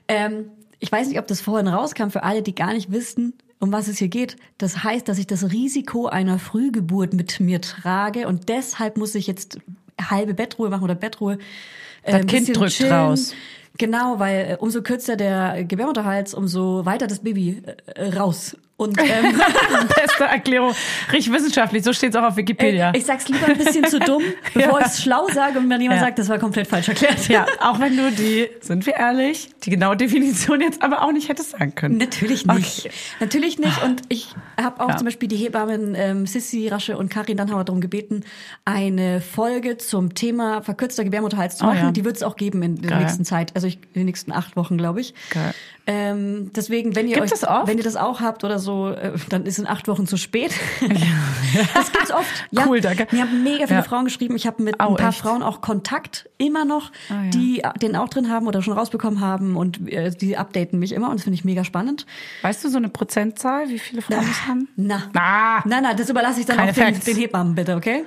Ähm, ich weiß nicht, ob das vorhin rauskam für alle, die gar nicht wissen, um was es hier geht. Das heißt, dass ich das Risiko einer Frühgeburt mit mir trage und deshalb muss ich jetzt halbe Bettruhe machen oder Bettruhe. äh,
Das
ein
Kind
bisschen
drückt raus.
Genau, weil äh, umso kürzer der Gebärmutterhals, umso weiter das Baby äh, äh, raus. Und ähm,
Beste Erklärung. Richtig wissenschaftlich, so steht es auch auf Wikipedia.
ich sag's lieber ein bisschen zu dumm, bevor ich's schlau sage und mir jemand
Ja.
sagt, das war komplett falsch erklärt.
ja, auch wenn du die, sind wir ehrlich, die genaue Definition jetzt aber auch nicht hättest sagen können.
Natürlich nicht.
Okay.
Natürlich nicht. Und ich habe auch
Ja.
zum Beispiel die Hebammen ähm, Sissi Rasche und Karin Dannhauer darum gebeten, eine Folge zum Thema verkürzter Gebärmutterhals zu
Oh,
machen.
ja.
Die wird es auch geben in der
Geil.
nächsten Zeit, also ich, in den nächsten acht Wochen, glaube ich.
Geil.
Ähm, deswegen, wenn ihr
Gibt
euch,
es oft?
wenn ihr das auch habt oder so, äh, dann ist in acht Wochen zu spät. das gibt's oft.
Cool, danke.
Mir haben mega viele
Ja.
Frauen geschrieben. Ich habe mit
Au,
ein paar
echt?
Frauen auch Kontakt immer noch,
Ah, ja.
die den auch drin haben oder schon rausbekommen haben und äh, die updaten mich immer und das finde ich mega spannend.
Weißt du so eine Prozentzahl, wie viele Frauen das haben?
Na.
Na.
Nein, nein, das überlasse ich dann
Keine
auch den,
Facts.
den Hebammen bitte, okay?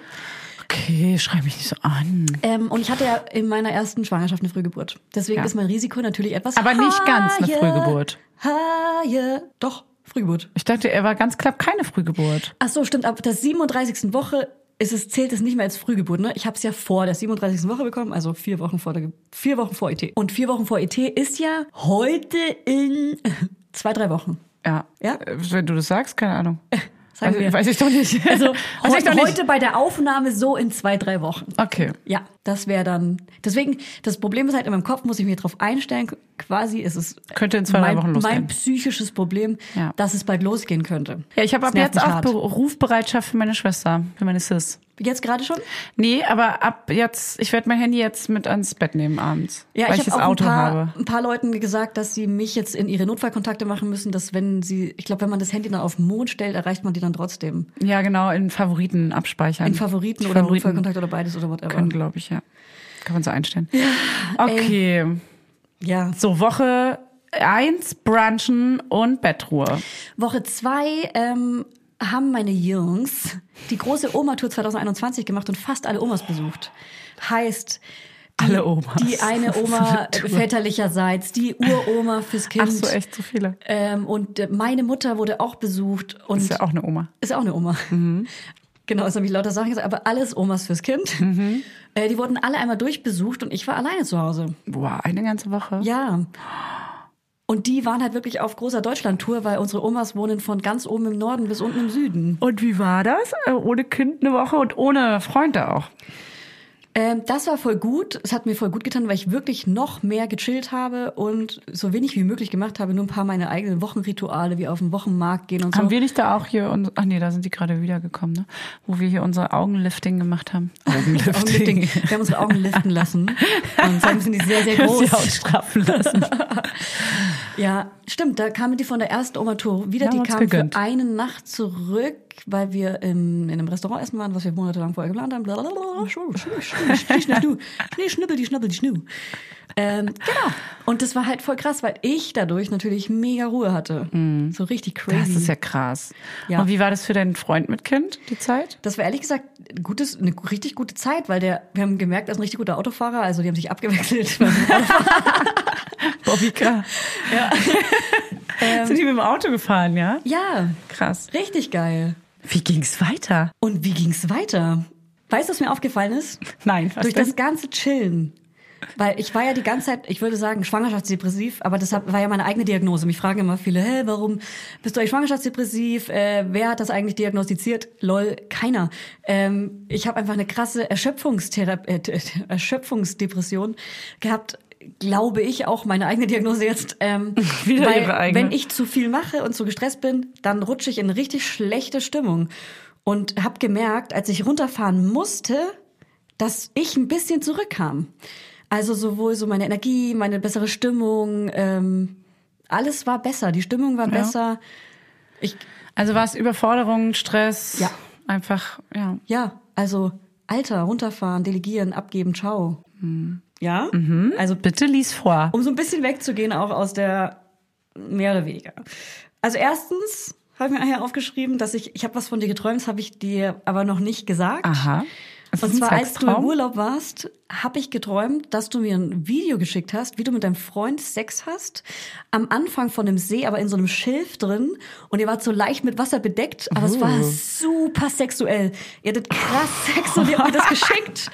Okay, schreib mich nicht so an.
Ähm, und ich hatte ja in meiner ersten Schwangerschaft eine Frühgeburt. Deswegen
Ja.
ist mein Risiko natürlich etwas
Aber nicht ganz eine
higher.
Frühgeburt.
Higher. Doch, Frühgeburt.
Ich dachte, er war ganz knapp keine Frühgeburt.
Ach so, stimmt. Ab der 37. Woche ist es, zählt es nicht mehr als Frühgeburt. Ne? Ich habe es ja vor der 37. Woche bekommen, also vier Wochen vor der Ge- vier Wochen vor ET. Und vier Wochen vor ET ist ja heute in zwei drei Wochen.
Ja.
Ja.
Äh, Wenn du das sagst, keine Ahnung.
Sagen
weiß,
wir.
weiß ich doch nicht.
Also
weiß ich
heute,
doch nicht.
heute bei der Aufnahme so in zwei drei Wochen.
Okay.
Ja, das wäre dann. Deswegen, das Problem ist halt in meinem Kopf, muss ich mir drauf einstellen. Quasi ist es
Könnte in zwei, drei
mein,
Wochen losgehen.
mein psychisches Problem,
Ja.
dass es bald losgehen könnte.
Ja, ich habe
Das
ab
nervt
jetzt
mich
auch
hart.
Rufbereitschaft für meine Schwester, für meine Sis.
Jetzt gerade schon?
Nee, aber ab jetzt, ich werde mein Handy jetzt mit ans Bett nehmen abends.
Ja,
weil ich,
ich
das
habe auch
Auto
ein, paar,
habe.
ein paar Leuten gesagt, dass sie mich jetzt in ihre Notfallkontakte machen müssen, dass wenn sie, ich glaube, wenn man das Handy dann auf den Mond stellt, erreicht man die dann trotzdem.
Ja, genau, in Favoriten abspeichern.
In Favoriten oder Notfallkontakt oder beides oder whatever.
Können, glaube ich, ja. Kann man so einstellen. okay.
Ja.
So, Woche eins brunchen und Bettruhe.
Woche zwei ähm, haben meine Jungs die große Oma-Tour 2021 gemacht und fast alle Omas besucht. Heißt, die,
Alle Omas.
die eine Oma
Das ist eine Tour.
väterlicherseits, die Uroma fürs Kind.
Ach so, echt so viele.
Ähm, und äh, meine Mutter wurde auch besucht. Und
Ist ja auch eine Oma.
Ist auch eine Oma. Genau, es habe ich lauter Sachen gesagt, aber alles Omas fürs Kind. Äh, die wurden alle einmal durchbesucht und ich war alleine zu Hause.
Boah, eine ganze Woche.
Ja. Und die waren halt wirklich auf großer Deutschland-Tour, weil unsere Omas wohnen von ganz oben im Norden bis unten im Süden.
Und wie war das? Äh, Ohne Kind eine Woche und ohne Freunde auch.
Ähm, das war voll gut. Es hat mir voll gut getan, weil ich wirklich noch mehr gechillt habe und so wenig wie möglich gemacht habe. Nur ein paar meine eigenen Wochenrituale, wie auf den Wochenmarkt gehen und so.
Haben wir nicht da auch hier und ach nee, da sind die gerade wiedergekommen, ne? Wo wir hier unser Augenlifting gemacht haben.
Augenlifting. Wir haben unsere Augen liften lassen. Und seitdem sind die sehr, sehr groß.
Die Haut straffen lassen.
Ja, stimmt, da kamen die von der ersten Oma-Tour wieder.
Ja,
die
haben uns
kamen
gegönnt.
für eine Nacht zurück, weil wir im, in einem Restaurant essen waren, was wir monatelang vorher geplant haben. Blablabla. Schnu, schnu, schnu, schnu, schnu, schnu, schnippel, die schnippel, die schnu. Ähm, genau. Und das war halt voll krass, weil ich dadurch natürlich mega Ruhe hatte. So richtig crazy.
Mhm. Das ist ja krass.
Ja.
Und wie war das für deinen Freund mit Kind, die Zeit?
Das war ehrlich gesagt ein gutes, eine richtig gute Zeit, weil der, wir haben gemerkt, er ist ein richtig guter Autofahrer, also die haben sich abgewechselt.
Bobby K. ja. Sind die mit dem Auto gefahren, ja?
ja,
Ähm. Krass.
richtig geil.
Wie ging's weiter?
Und wie ging's weiter? Weißt du, was mir aufgefallen ist?
Nein, was
Durch
denn?
das ganze Chillen. Weil ich war ja die ganze Zeit, ich würde sagen, schwangerschaftsdepressiv, aber das hab- war ja meine eigene Diagnose. Mich fragen immer viele, hä, warum bist du eigentlich schwangerschaftsdepressiv? Äh, wer hat das eigentlich diagnostiziert? Lol, keiner. Ähm, ich habe einfach eine krasse Erschöpfungsthera- äh, t- t- Erschöpfungsdepression gehabt, glaube ich, auch meine eigene Diagnose jetzt. Ähm,
Wieder
weil,
ihre eigene.
Wenn ich zu viel mache und zu gestresst bin, dann rutsche ich in eine richtig schlechte Stimmung. Und habe gemerkt, als ich runterfahren musste, dass ich ein bisschen zurückkam. Also sowohl so meine Energie, meine bessere Stimmung, ähm, alles war besser. Die Stimmung war besser. Ich,
Also war es Überforderung, Stress?
Ja.
Einfach, ja.
ja, also Alter, runterfahren, delegieren, abgeben, ciao.
Hm.
Ja?
Mhm.
Also
Bitte lies vor.
um so ein bisschen wegzugehen auch aus der mehr oder weniger. Also erstens habe ich mir nachher aufgeschrieben, dass ich ich habe was von dir geträumt, das habe ich dir aber noch nicht gesagt.
Aha. Das
Und
ist ein
zwar als du im
Sextraum?
Urlaub warst, habe ich geträumt, dass du mir ein Video geschickt hast, wie du mit deinem Freund Sex hast, am Anfang von einem See, aber in so einem Schilf drin und ihr wart so leicht mit Wasser bedeckt, aber es
Oh.
war super sexuell. Ihr hattet krass Sex und ihr habt mir das geschickt.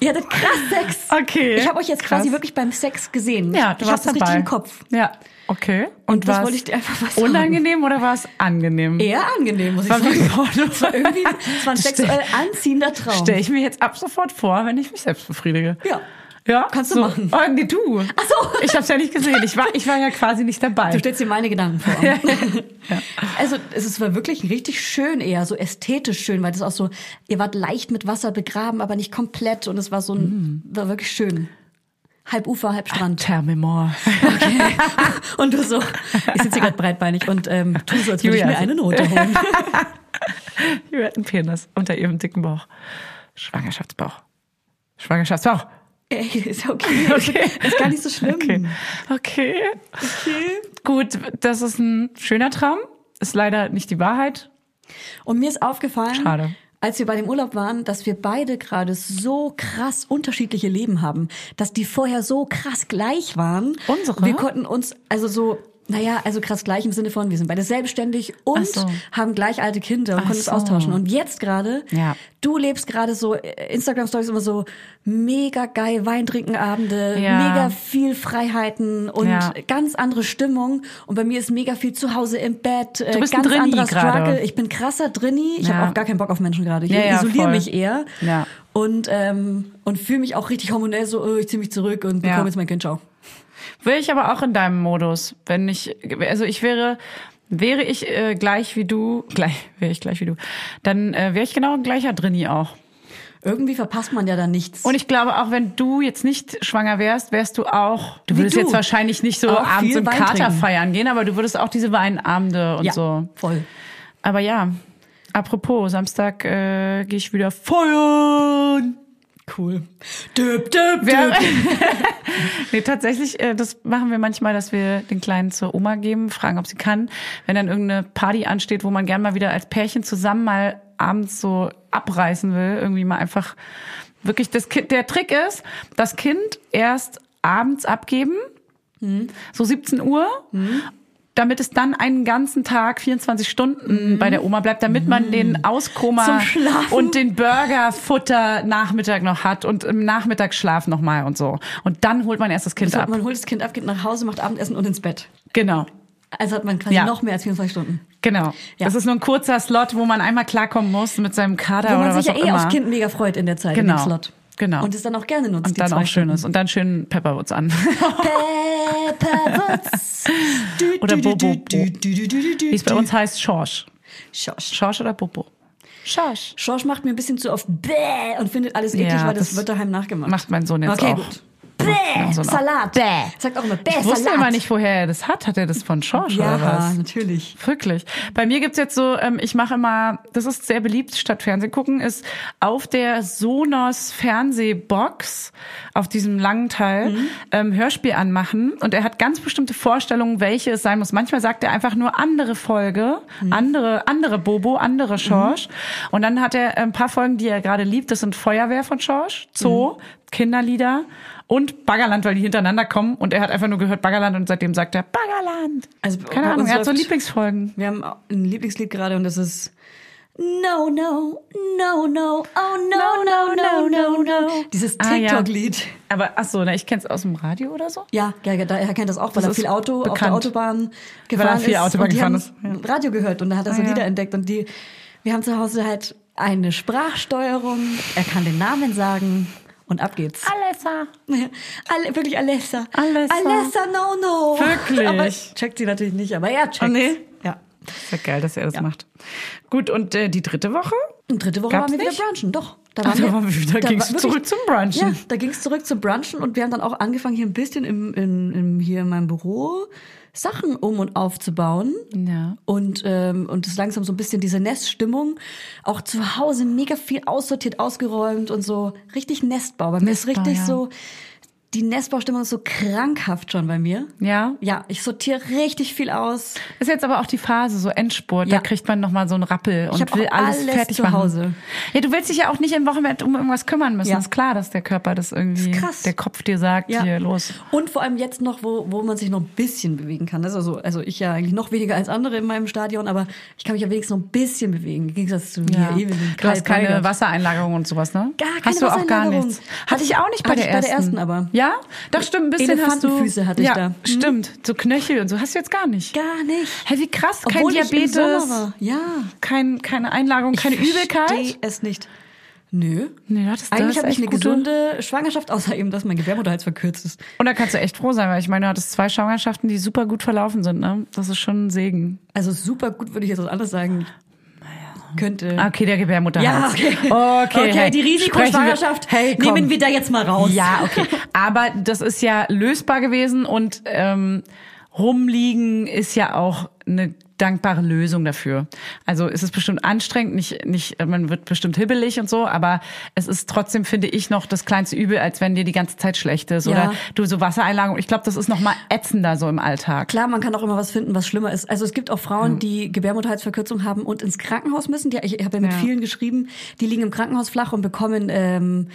Ihr hattet krass Sex.
Okay.
Ich habe euch jetzt
Krass.
quasi wirklich beim Sex gesehen.
Ja,
du
du warst
ich warst hab das
dabei.
richtig im Kopf.
Ja. Okay.
Und das
war's
wollte ich dir einfach mal sagen.
Unangenehm oder war es angenehm?
Eher angenehm, muss ich
War wie
sagen.
Porno.
Es war irgendwie es war ein sexuell anziehender Traum.
Stelle ich mir jetzt ab sofort vor, wenn ich mich selbst befriedige.
Genau. Ja.
Ja?
Kannst du
so.
machen.
Oh, nee, du.
Ach so.
Ich hab's ja nicht gesehen. Ich war, ich war ja quasi nicht dabei.
Du stellst dir meine Gedanken vor. Also es ist- war wirklich richtig schön eher, so ästhetisch schön, weil das auch so, ihr wart leicht mit Wasser begraben, aber nicht komplett und es war so ein,
Mhm.
war wirklich schön. Halb Ufer, halb Strand.
Tell me more.
Okay. Und du so, ich sitze hier gerade breitbeinig und ähm, tu so, als würde ich
Julia. also
mir eine Note holen.
Ihr habt einen Penis unter ihrem dicken Bauch. Schwangerschaftsbauch. Schwangerschaftsbauch.
Ey, ist okay. Ist gar nicht so schlimm.
Okay. okay. Gut, das ist ein schöner Traum. Ist leider nicht die Wahrheit.
Und mir ist aufgefallen,
Schade.
als wir bei dem Urlaub waren, dass wir beide gerade so krass unterschiedliche Leben haben, dass die vorher so krass gleich waren.
Unsere?
Wir konnten uns also so naja, also krass gleich im Sinne von, wir sind beide selbstständig und
Ach so.
haben gleich alte Kinder und
Ach
können uns
so.
austauschen. Und jetzt gerade,
Ja.
du lebst gerade so, äh, Instagram-Stories immer so, mega geil, Wein trinken Abende,
Ja.
mega viel Freiheiten und
Ja.
ganz andere Stimmung. Und bei mir ist mega viel zu Hause im Bett, äh,
Du bist ein
ganz
Drinni
anderer
gerade.
Struggle. Ich bin krasser Drinni. Ich
Ja.
hab habe auch gar keinen Bock auf Menschen gerade. Ich
Ja, ja,
isoliere
voll.
mich eher
Ja.
und ähm, und fühle mich auch richtig hormonell so, oh, ich ziehe mich zurück und
Ja.
bekomme jetzt mein Kind. Ciao.
Wäre ich aber auch in deinem Modus, wenn ich, also ich wäre, wäre ich äh, gleich wie du, gleich, wäre ich gleich wie du, dann äh, wäre ich genau ein gleicher Drini auch.
Irgendwie verpasst man ja da nichts.
Und ich glaube, auch wenn du jetzt nicht schwanger wärst, wärst du auch, du
Wie
würdest
du.
jetzt wahrscheinlich nicht so
Auch
abends
viel
im
Wein
Kater
trinken.
feiern gehen, aber du würdest auch diese Weinabende und
ja,
so.
voll.
Aber ja, apropos, Samstag äh, gehe ich wieder feuern.
Cool. Düb, düb,
Wir,
düb.
nee, tatsächlich, äh, das machen wir manchmal, dass wir den Kleinen zur Oma geben, fragen, ob sie kann. Wenn dann irgendeine Party ansteht, wo man gern mal wieder als Pärchen zusammen mal abends so abreißen will, irgendwie mal einfach wirklich das Kind. Der Trick ist, das Kind erst abends abgeben,
Hm.
so 17 Uhr. Damit es dann einen ganzen Tag, 24 Stunden bei der Oma bleibt, damit man den Auskoma
Hm. Zum Schlafen.
und den Burgerfutter Nachmittag noch hat und im Nachmittagsschlaf nochmal und so. Und dann holt man erst das Kind
So,
ab.
man holt das Kind ab, geht nach Hause, macht Abendessen und ins Bett.
Genau.
Also hat man quasi
Ja.
noch mehr als 24 Stunden.
Genau.
Ja.
Das ist nur ein kurzer Slot, wo man einmal klarkommen muss mit seinem Kader
Wo
oder
man
was
sich ja
auch
eh
immer.
aufs Kind mega freut in der Zeit, in
Genau.
dem Slot.
Genau.
Und es dann auch gerne nutzt.
und
die
dann
zwei
auch schönes und dann schön Pepperwoods an.
Pepperwoods. Du,
Oder
du, du,
Bobo.
du, du, du, du, du, du,
Wie es bei
du.
uns heißt, Schorsch.
Schorsch.
Schorsch oder Bobo? Schorsch.
Schorsch macht mir ein bisschen zu oft bäh und findet alles eklig,
Ja,
weil das,
das
wird daheim nachgemacht.
macht mein Sohn jetzt
okay,
auch.
Gut. Bäh,
mein Sohn auch.
Salat. Bäh. Sagt auch immer bäh,
Ich wusste
Salat.
immer nicht, woher er das hat. Hat er das von Schorsch
ja,
oder was?
natürlich.
Wirklich. Bei mir gibt's jetzt so, ähm, ich mache immer, das ist sehr beliebt statt Fernsehen gucken, ist auf der Sonos Fernsehbox, auf diesem langen Teil,
Mhm.
ähm, Hörspiel anmachen. Und er hat ganz bestimmte Vorstellungen, welche es sein muss. Manchmal sagt er einfach nur andere Folge,
Mhm.
andere, andere Bobo, andere Schorsch. Und dann hat er äh, ein paar Folgen, die er gerade liebt. Das sind Feuerwehr von Schorsch, Zoo,
Mhm.
Kinderlieder. Und Baggerland, weil die hintereinander kommen und er hat einfach nur gehört Baggerland und seitdem sagt er Baggerland.
Also
Keine
bei
Ahnung,
uns
er hat so
läuft-
Lieblingsfolgen.
Wir haben ein Lieblingslied gerade und das ist No, no, no, no, oh no, no, no, no, no. Dieses
Ah, ja.
TikTok-Lied.
Aber ach so, ne, ich kenn's aus dem Radio oder so.
Ja, ja, ja, daher kennt das auch, weil
Das
er
ist
viel Auto auf der
bekannt.
Autobahn gefahren
viel
ist.
Autobahn
und die
gefahren
haben
ist, ja.
Radio gehört und da hat er so
Ah, ja.
Lieder entdeckt und die, wir haben zu Hause halt eine Sprachsteuerung, er kann den Namen sagen und ab geht's.
Alessa.
Alle, wirklich Alessa.
Ah. Alessa.
Alessa, no, no.
Wirklich?
Aber checkt sie natürlich nicht, aber er checkt.
Oh, nee.
Ja.
Ist ja geil, dass er das macht. Gut, und äh, die dritte Woche?
Und dritte Woche
Gab's
waren wir
nicht?
wieder brunchen, doch. Da
Ach, da waren wir wieder- ging's
war
zurück zum Brunchen.
Ja, da ging's zurück zum Brunchen und wir haben dann auch angefangen, hier ein bisschen im, im, im, hier in meinem Büro Sachen um und aufzubauen.
Ja.
Und ähm, und es langsam so ein bisschen diese Neststimmung. Auch zu Hause mega viel aussortiert, ausgeräumt und so richtig Nestbau. Bei mir ist
Nestbau,
richtig
ja.
so, die Nestbaustimmung ist so krankhaft schon bei mir.
Ja.
Ja, ich sortiere richtig viel aus.
Ist jetzt aber auch die Phase, so Endspurt,
Ja.
da kriegt man nochmal so einen Rappel und
hab
will
auch
alles,
alles
fertig
zu
machen.
Hause.
Ja, du willst dich ja auch nicht im Wochenende um irgendwas kümmern müssen.
Ja.
Ist klar, dass der Körper das irgendwie,
Ist krass.
der Kopf dir sagt,
Ja.
hier, los.
Und vor allem jetzt noch, wo, wo man sich noch ein bisschen bewegen kann. Das ist also, also ich ja eigentlich noch weniger als andere in meinem Stadion, aber ich kann mich ja wenigstens noch ein bisschen bewegen. Im Gegensatz zu mir,
Ja.
Evelyn.
Du hast
Karl
keine
Weigert.
Wassereinlagerung und sowas, ne?
Gar keine
Hast du auch gar
Wassereinlagerung.
nichts. Hatte ich auch nicht bei,
Hatte
der,
ich bei der
ersten.
ersten aber.
Ja, Ja, doch stimmt, ein bisschen hast du.
Elefantenfüße hatte ich
ja,
da. Mhm.
Stimmt, so Knöchel und so hast du jetzt gar nicht.
Gar nicht.
Hä, wie krass, kein
Obwohl
Diabetes,
Ich im Sommer war. Ja.
Kein, keine Einlagerung, keine
Verstehe
Übelkeit.
es nicht. Nö.
Nee, das- das
Eigentlich
ist
habe
echt
ich eine
gute-
gesunde Schwangerschaft, außer eben, dass mein Gebärmutterhals verkürzt ist.
Und da kannst du echt froh sein, weil ich meine, du hattest zwei Schwangerschaften, die super gut verlaufen sind, ne? Das ist schon ein Segen.
Also super gut würde ich jetzt was anderes sagen. Könnte.
Ah, Okay, der
Ja,
Gebärmutterhals.
okay.
Okay, hey,
die Risikoschwangerschaft
sprechen wir- Hey, komm.
nehmen wir da jetzt mal raus.
Ja, okay. Aber das ist ja lösbar gewesen und ähm, rumliegen ist ja auch eine dankbare Lösung dafür. Also es ist bestimmt anstrengend, nicht, nicht, man wird bestimmt hibbelig und so, aber es ist trotzdem, finde ich, noch das kleinste Übel, als wenn dir die ganze Zeit schlecht ist
Ja.
oder du so Wassereinlagerung. Ich glaube, das ist nochmal ätzender so im Alltag.
Klar, man kann auch immer was finden, was schlimmer ist. Also es gibt auch Frauen, die Gebärmutterhalsverkürzung haben und ins Krankenhaus müssen. Die, ich habe ja mit
Ja.
vielen geschrieben, die liegen im Krankenhaus flach und bekommen, ähm,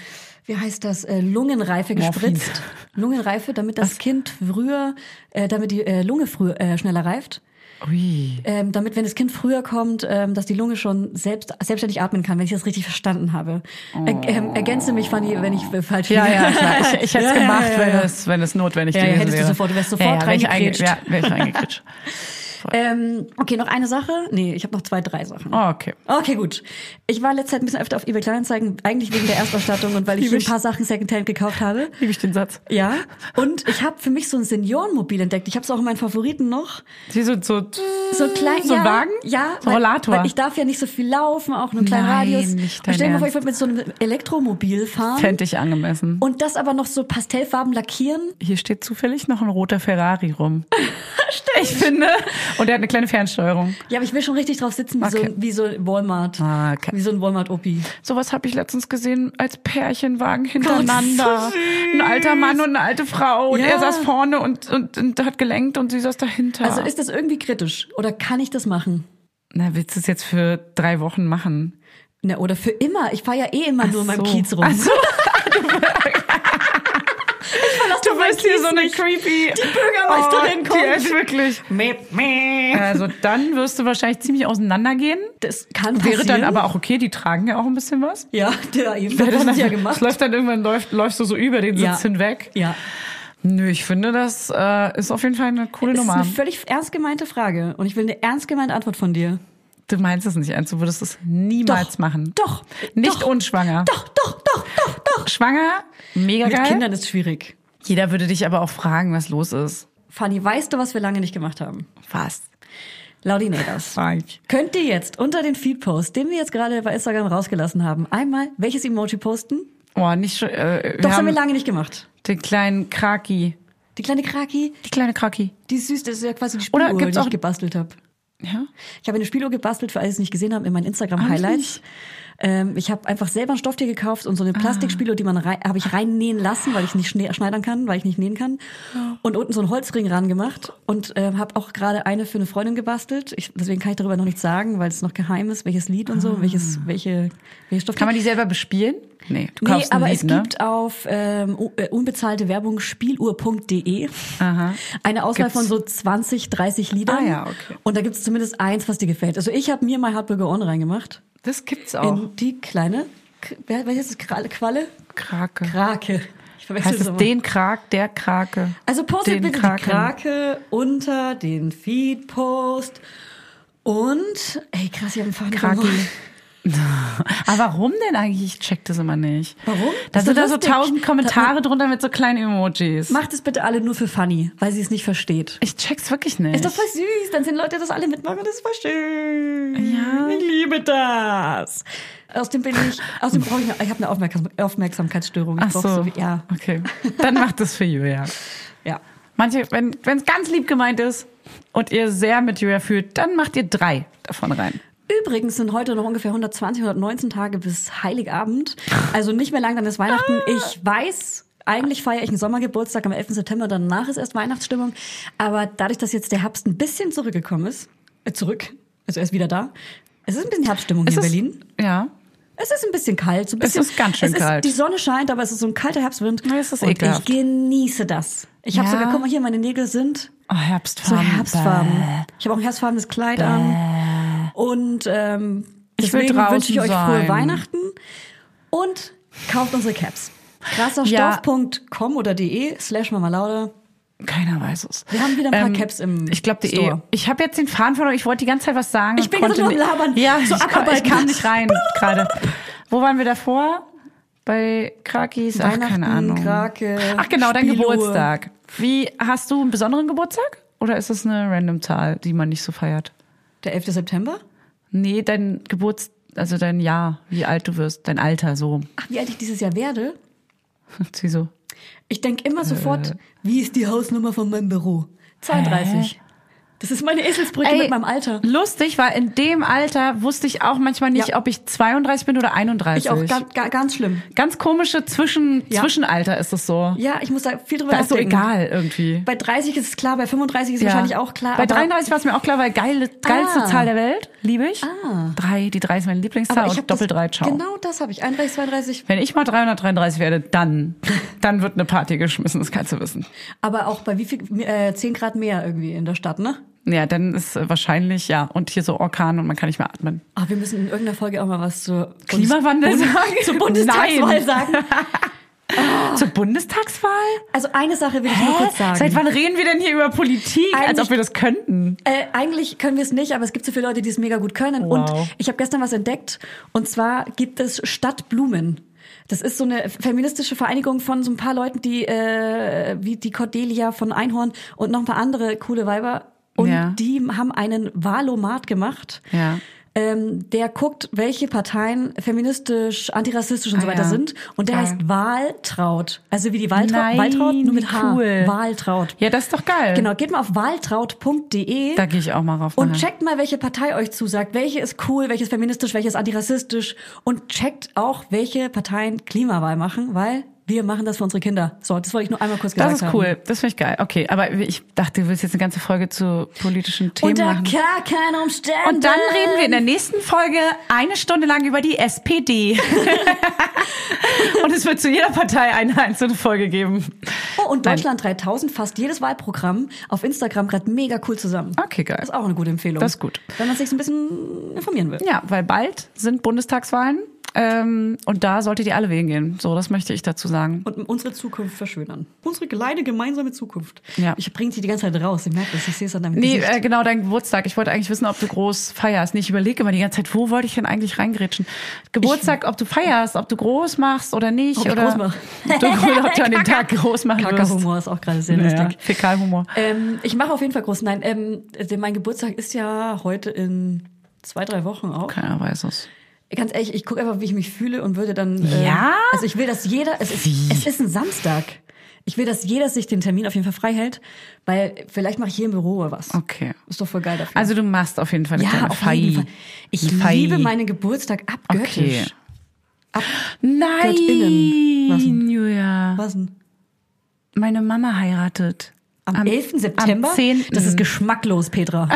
wie heißt das, äh, Lungenreife
Morphin.
gespritzt. Lungenreife, damit das Kind früher, äh, damit die äh, Lunge früher, äh, schneller reift.
Ui.
Ähm, damit, wenn das Kind früher kommt, ähm, dass die Lunge schon selbst, selbstständig atmen kann, wenn ich das richtig verstanden habe. Er, ähm, ergänze mich, Fanny, wenn ich äh, falsch
Oh. Ja,
liege.
ja, klar. Ich, ich hätte es
Ja, ja,
gemacht,
ja,
wenn
ja.
es, wenn es notwendig
Ja, ja,
gewesen
hättest du
wäre.
sofort- du wärst sofort
ja, ja, wär ich
reingekretscht.
einge- Ja, wäre ich reingekretscht.
Ähm, okay, noch eine Sache. Nee, ich habe noch zwei, drei Sachen.
Oh, okay.
Okay, gut. Ich war letzte Zeit ein bisschen öfter auf eBay Kleinanzeigen, eigentlich wegen der Erstausstattung und weil ich hier ein paar Sachen Secondhand gekauft habe.
Liebe ich den Satz.
Ja, und ich habe für mich so ein Seniorenmobil entdeckt. Ich habe es auch in meinen Favoriten noch.
Sie sind so,
So klein,
Hm, so ein
ja,
Wagen?
Ja,
So ein Rollator.
Weil, weil ich darf ja nicht so viel laufen, auch nur einen kleinen
Nein,
Radius.
nicht
und stell dir
dein
mal vor,
Ernst.
ich würde mit so einem Elektromobil fahren
Fände ich angemessen.
und das aber noch so pastellfarben lackieren.
Hier steht zufällig noch ein roter Ferrari rum. ich finde. Und der hat eine kleine Fernsteuerung.
Ja, aber ich will schon richtig drauf sitzen, wie, so,
Okay.
ein- wie so ein Walmart.
Ah, okay.
Wie so ein Walmart-Opi.
Sowas habe ich letztens gesehen als Pärchenwagen hintereinander. ein alter Mann und eine alte Frau. Und
Ja.
er saß vorne und, und, und hat gelenkt und sie saß dahinter.
Also ist das irgendwie kritisch oder kann ich das machen?
Na, willst du es jetzt für drei Wochen machen?
Na, Ne, oder für immer. Ich fahre ja eh immer nur in meinem
So.
Kiez rum.
Ach so,
Verlass
du
doch meinen
bist hier
Kiez
so eine
nicht.
creepy... Die
Bürgermeisterin
oh,
kommt.
Die ist wirklich... Also dann wirst du wahrscheinlich ziemlich auseinandergehen.
Das kann
Wäre
passieren.
dann aber auch okay, die tragen ja auch ein bisschen was.
Ja, der eben. Das
Das
hat sie ja
Es
gemacht.
läuft dann irgendwann läuft, läufst du so über den Sitz
Ja.
hinweg.
Ja.
Nö, ich finde, das äh, ist auf jeden Fall eine coole
Das ist eine
Nummer.
völlig ernst gemeinte Frage und ich will eine ernst gemeinte Antwort von dir.
Du meinst es nicht ernst, du würdest es niemals
Doch.
machen.
Doch.
Nicht
Doch.
unschwanger.
Doch, doch, doch, doch, doch.
Schwanger, mega
Mit
geil.
Kindern ist schwierig.
Jeder würde dich aber auch fragen, was los ist.
Fanny, weißt du, was wir lange nicht gemacht haben?
Was?
Laudinators.
Frank.
Könnt ihr jetzt unter den Feed-Post, den wir jetzt gerade bei Instagram rausgelassen haben, einmal welches Emoji posten?
Oh, nicht schon. Äh, wir
Doch, das haben
haben
wir lange nicht gemacht.
den kleinen Kraki.
Die kleine Kraki,
Die kleine Kraki.
die ist süß, das ist ja quasi die
Oder
Spieluhr, die
gibt's
ich
auch-
gebastelt habe.
Ja?
Ich habe eine Spieluhr gebastelt, für alle, die es nicht gesehen haben, in meinen
Ah,
Instagram-Highlights.
nicht?
Ähm, ich habe einfach selber ein Stofftier gekauft und so
Ah.
eine Plastikspieluhr, die man rei- habe ich reinnähen lassen, weil ich nicht schne- schneidern kann, weil ich nicht nähen kann. Und unten so einen Holzring ran gemacht und äh, habe auch gerade eine für eine Freundin gebastelt. Ich, deswegen kann ich darüber noch nichts sagen, weil es noch geheim ist, welches Lied und so, und welches welche welches
Ah.
Stofftier.
Kann man die selber bespielen? Nee, du
Nee,
kaufst ein
aber
Lied,
es
ne?
gibt auf ähm, u- äh, unbezahlte Werbung spieluhr.de eine Auswahl
Gibt's-
von so 20, 30 Liedern.
Ah ja, okay.
Und da gibt's zumindest eins, was dir gefällt. Also ich habe mir My Hardburger On reingemacht.
Das gibt's auch.
In die kleine, K- wer, welches ist das? Kralle? Qualle?
Krake.
Krake. Ich verwechsel
heißt
das
es
immer.
den Krak, der Krake?
Also postet
den
bitte
Kraken.
die Krake unter den Feed-Post. Und, ey krass, ich habe einen Faden
Kraki.
verloren.
Aber Ah, warum denn eigentlich? Ich check das immer nicht.
Warum?
Da
Ist
sind
doch
da so
lustig.
tausend Kommentare drunter mit so kleinen Emojis.
Macht es bitte alle nur für Funny, weil sie es nicht versteht.
ich check's wirklich nicht.
Ist doch voll süß. Dann sind Leute, die das alle mitmachen. Das ist voll schön.
Ja.
Ich liebe das. Außerdem bin ich, außerdem brauche ich, eine, ich habe eine Aufmerksam Aufmerksamkeitsstörung. Ich
Ach
brauch
so.
viel- ja,
Okay. Dann macht das für Julia.
ja.
Manche, wenn es ganz lieb gemeint ist und ihr sehr mit Julia fühlt, dann macht ihr drei davon rein.
Übrigens sind heute noch ungefähr 120, 119 Tage bis Heiligabend. Also nicht mehr lang, dann ist Weihnachten.
Ah.
Ich weiß, eigentlich feiere ich einen Sommergeburtstag am 11. September, danach ist erst Weihnachtsstimmung. Aber dadurch, dass jetzt der Herbst ein bisschen zurückgekommen ist, äh, zurück, also er ist wieder da. Es ist ein bisschen Herbststimmung hier in
ist-
Berlin.
Ja.
Es ist ein bisschen kalt. So ein
Es
bisschen,
ist ganz schön
es ist,
kalt.
Die Sonne scheint, aber es ist so ein kalter Herbstwind.
Ja, es ist
und
ekelhaft.
ich genieße das. Ich habe
Ja.
sogar, guck mal hier, meine Nägel sind
Oh,
so
Herbstfarben.
herbstfarben. Ich habe auch ein herbstfarbenes Kleid an. Und ähm,
Ich will
deswegen
draußen
wünsche ich euch frohe
sein.
Weihnachten. Und kauft unsere Caps. Krasserstoff.com oder de slash Mama Lauda.
Keiner weiß es. Ähm,
Wir haben wieder ein paar Caps im
Ich glaube, die E-
Store.
Ich habe jetzt den Faden verloren. Ich wollte die ganze Zeit was sagen.
Ich bin
konnte
gerade nur am
nicht-
Labern.
Ja,
So
ich, kam, ich
abarbeiten.
kam nicht rein gerade. Wo waren wir davor? Bei Krakis? Ach,
Weihnachten,
keine Ahnung.
Krake,
Ach genau, dein
Spieluhr.
Geburtstag. Wie, hast du einen besonderen Geburtstag? Oder ist es eine random Zahl, die man nicht so feiert?
Der 11. September?
Nee, dein Geburts... Also dein Jahr, wie alt du wirst, dein Alter, so.
Ach, wie alt ich dieses Jahr werde?
Zieh so.
Ich denke
Äh.
immer sofort, wie ist die Hausnummer von meinem Büro? 32. Das ist meine Eselsbrücke mit meinem Alter.
Lustig, weil in dem Alter wusste ich auch manchmal nicht,
Ja.
ob ich 32 bin oder 31.
Ich auch ga, ga, ganz schlimm.
Ganz komische Zwischen
Ja.
Zwischenalter ist es so.
Ja, ich muss da viel drüber
Da ist so
nachdenken.
egal irgendwie.
Bei 30 ist es klar, bei 35 ist
Ja.
wahrscheinlich auch klar.
Bei
aber-
33 war es mir auch klar, weil geile, geilste
Ah.
Zahl der Welt, liebe ich.
Ah.
Drei, die drei ist meine
aber
Lieblingszahl
ich
und
hab das-
Doppel drei, ciao.
Genau das habe ich. 31, 32.
Wenn ich mal 333 werde, dann, dann wird eine Party geschmissen, das kannst du wissen.
Aber auch bei wie viel? Äh, 10 Grad mehr irgendwie in der Stadt, ne?
Ja, dann ist äh, wahrscheinlich, ja, und hier so Orkan und man kann nicht mehr atmen.
Ah, wir müssen in irgendeiner Folge auch mal was zur
Klimawandel
Bundes
sagen?
Zur Bundestagswahl
Nein.
sagen. Ah.
Zur Bundestagswahl?
Also eine Sache will ich nur kurz sagen.
Seit wann reden wir denn hier über Politik, als
Eigentlich-
ob wir das könnten?
Äh, eigentlich können wir es nicht, aber es gibt so viele Leute, die es mega gut können.
Wow.
Und ich habe gestern was entdeckt. Und zwar gibt es Stadtblumen. Das ist so eine feministische Vereinigung von so ein paar Leuten, die äh, wie die Cordelia von Einhorn und noch ein paar andere coole Weiber. Und
Ja.
die haben einen Wahlomat gemacht.
Ja.
Ähm, der guckt, welche Parteien feministisch, antirassistisch und so
Ah,
weiter
ja.
sind. Und der
Geil.
heißt Wahltraut. Also wie die Wahltraut,
Nein,
Wahltraut nur
wie
mit H.
cool.
Wahltraut.
Ja, das ist doch geil.
Genau, geht mal auf wahltraut.de.
Da gehe ich auch mal rauf.
Und
nachher.
checkt mal, welche Partei euch zusagt. Welche ist cool, welche ist feministisch, welche ist antirassistisch. Und checkt auch, welche Parteien Klimawahl machen, weil wir machen das für unsere Kinder. So, das wollte ich nur einmal kurz gesagt
Das
haben.
ist cool, das finde ich geil. Okay, aber ich dachte, du willst jetzt eine ganze Folge zu politischen Themen
Unter
machen.
gar keinen Umständen.
Und dann reden wir in der nächsten Folge eine Stunde lang über die SPD. und es wird zu jeder Partei eine einzelne Folge geben.
Oh, und Deutschland 3000 fasst jedes Wahlprogramm auf Instagram gerade mega cool zusammen.
Okay, geil.
Das ist auch eine gute Empfehlung.
Ah. Das ist gut.
Wenn man sich ein bisschen informieren will.
Ja, weil bald sind Bundestagswahlen ähm, und da solltet ihr alle wählen gehen. So, das möchte ich dazu sagen.
Und unsere Zukunft verschönern. Unsere kleine gemeinsame Zukunft.
Ja.
Ich bringe sie die ganze Zeit raus. Ich merke das. Ich sehe es an deinem
Nee,
Gesicht.
äh, genau, dein Geburtstag. Ich wollte eigentlich wissen, ob du groß feierst. Nee, ich überlege immer die ganze Zeit, wo wollte ich denn eigentlich reingrätschen? Geburtstag, ob du feierst, ob du groß machst oder nicht.
Ob ich
oder
groß mach.
Du, oder ob du an den Tag groß machen wirst.
Kackerhumor ist auch gerade sehr
Naja,
lustig.
Fäkalhumor.
Ähm, ich mache auf jeden Fall groß. Nein, ähm, denn mein Geburtstag ist ja heute in zwei, drei Wochen auch.
Keiner weiß es.
Ganz ehrlich, ich gucke einfach, wie ich mich fühle und würde dann. ähm,
Ja?
Also ich will, dass jeder. Es ist,
Wie?
es ist ein Samstag. Ich will, dass jeder sich den Termin auf jeden Fall frei hält, weil vielleicht mache ich hier im Büro was.
Okay.
Ist doch voll geil dafür.
Also du machst auf jeden Fall eine
ja,
kleine
auf
Fei.
jeden Fall. Ich
Eine Fei.
liebe meinen Geburtstag abgöttisch.
Okay.
Ab Göttinnen. Was
Nein,
denn?
Julia.
was denn?
Meine Mama heiratet.
Am, 11. September?
Am 10.
Das ist geschmacklos, Petra.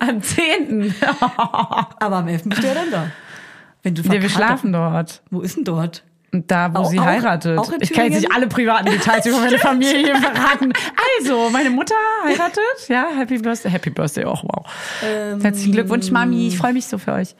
am 10.
Aber am 11. bist du ja dann da. Wenn du
Wir, wir
verkatert-
schlafen dort.
Wo ist denn dort?
Und da, wo
Au-
sie
auch-
heiratet.
auch in
ich kann jetzt nicht
Thüringen?
alle privaten Details über meine Familie verraten. Also, meine Mutter heiratet. Ja, Happy Birthday. Happy Birthday auch, wow.
Ähm,
Herzlichen Glückwunsch, Mami. Ich freue mich so für euch.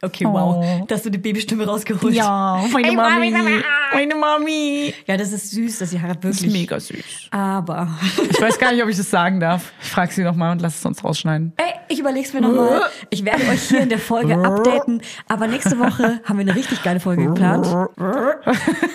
Okay,
Oh.
wow. Dass du die Babystimme rausgeholt
meine
Ey,
Mami.
Mami,
Meine Mami.
Ja, das ist süß, dass sie heiratet
Das
wirklich.
ist mega süß.
Aber.
Ich weiß gar nicht, ob ich das sagen darf. Ich frage sie nochmal und lass es sonst rausschneiden.
Ey, ich überleg's mir nochmal. Ich werde euch hier in der Folge updaten. Aber nächste Woche haben wir eine richtig geile Folge geplant.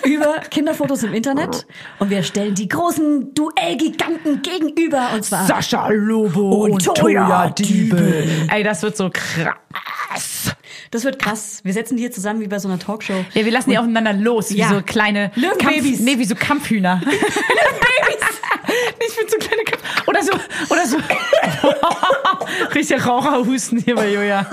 Über Kinderfotos im Internet. Und wir stellen die großen Duellgiganten gegenüber. Und zwar
Sascha Lobo
und Toya Diebel.
Ey, das wird so krass.
Das wird krass. Wir setzen die hier zusammen wie bei so einer Talkshow.
Ja, wir lassen die aufeinander los, wie
Ja.
so kleine
Löwenbabys.
Kampf- Nee, wie so Kampfhühner. Löwenbabys. Nee, ich bin so kleine Kampf... Oder so, oder so. Richtiger Raucherhusten hier bei Joja.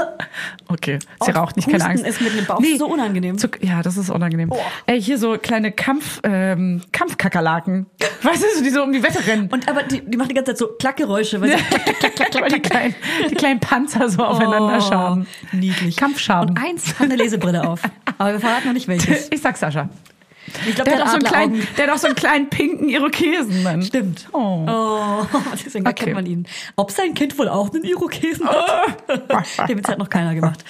Okay, sie
Auch
raucht nicht, keine
Oh, Husten
Angst.
ist mit dem Bauch so unangenehm.
Zu, ja, das ist unangenehm. Ey, hier so kleine Kampf, ähm, Kampfkakerlaken. Weißt du, so, die so um die Wette rennen.
Und aber die, die machen die ganze Zeit so Klackgeräusche, weil sie
Weil die kleinen, die kleinen Panzer so
Oh.
aufeinander schaben.
Niedlich.
Kampfschaben.
Und eins hat eine Lesebrille auf. Aber wir verraten noch nicht welches.
Ich sag Sascha.
Ich glaube,
Der hat, auch so einen kleinen,
Adleraugen.
der hat auch so einen kleinen pinken Irokesen. Mann.
Stimmt.
Oh.
Oh, deswegen
Okay.
erkennt man ihn. Ob sein Kind wohl auch einen Irokesen hat? Den Witz hat noch keiner gemacht.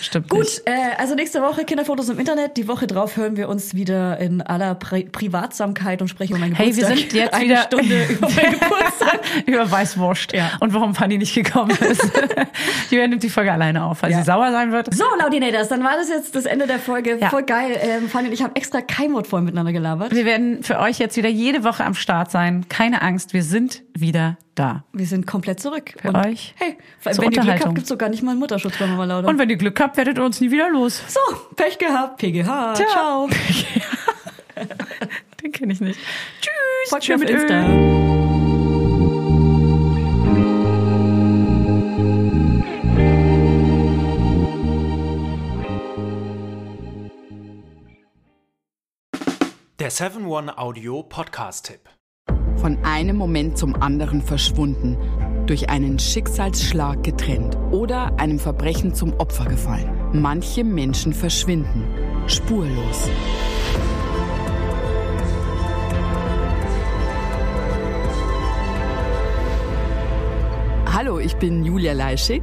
Stimmt nicht.
Gut, äh, also nächste Woche Kinderfotos im Internet. Die Woche drauf hören wir uns wieder in aller Pri Privatsamkeit und sprechen über meinen
Hey, wir
Geburtstag.
sind jetzt
Eine
wieder
Stunde über meinen Geburtstag.
über Weißwurst
Ja.
und warum Fanny nicht gekommen ist. Julia nimmt die Folge alleine auf, weil
Ja.
sie sauer sein wird.
So, Laudinators, dann war das jetzt das Ende der Folge.
Ja.
Voll geil. Ähm, Fanny und ich haben extra kein Wort vorhin miteinander gelabert.
Wir werden für euch jetzt wieder jede Woche am Start sein. Keine Angst, wir sind wieder da.
Wir sind komplett zurück.
Für
und
euch
Hey,
zur
wenn ihr Glück
Unterhaltung.
habt, gibt's sogar nicht mal einen Mutterschutz bei Mama Lauda.
Und wenn ihr Glück habt, werdet ihr uns nie wieder los.
so, Pech gehabt. PGH.
Tja.
Ciao.
Den kenne ich nicht. Tschüss.
Folgt
Tschö
mir auf
mit Ö.
Insta.
Der 7-One-Audio-Podcast-Tipp.
Von einem Moment zum anderen verschwunden, durch einen Schicksalsschlag getrennt oder einem Verbrechen zum Opfer gefallen. Manche Menschen verschwinden spurlos. Hallo, ich bin Julia Leischig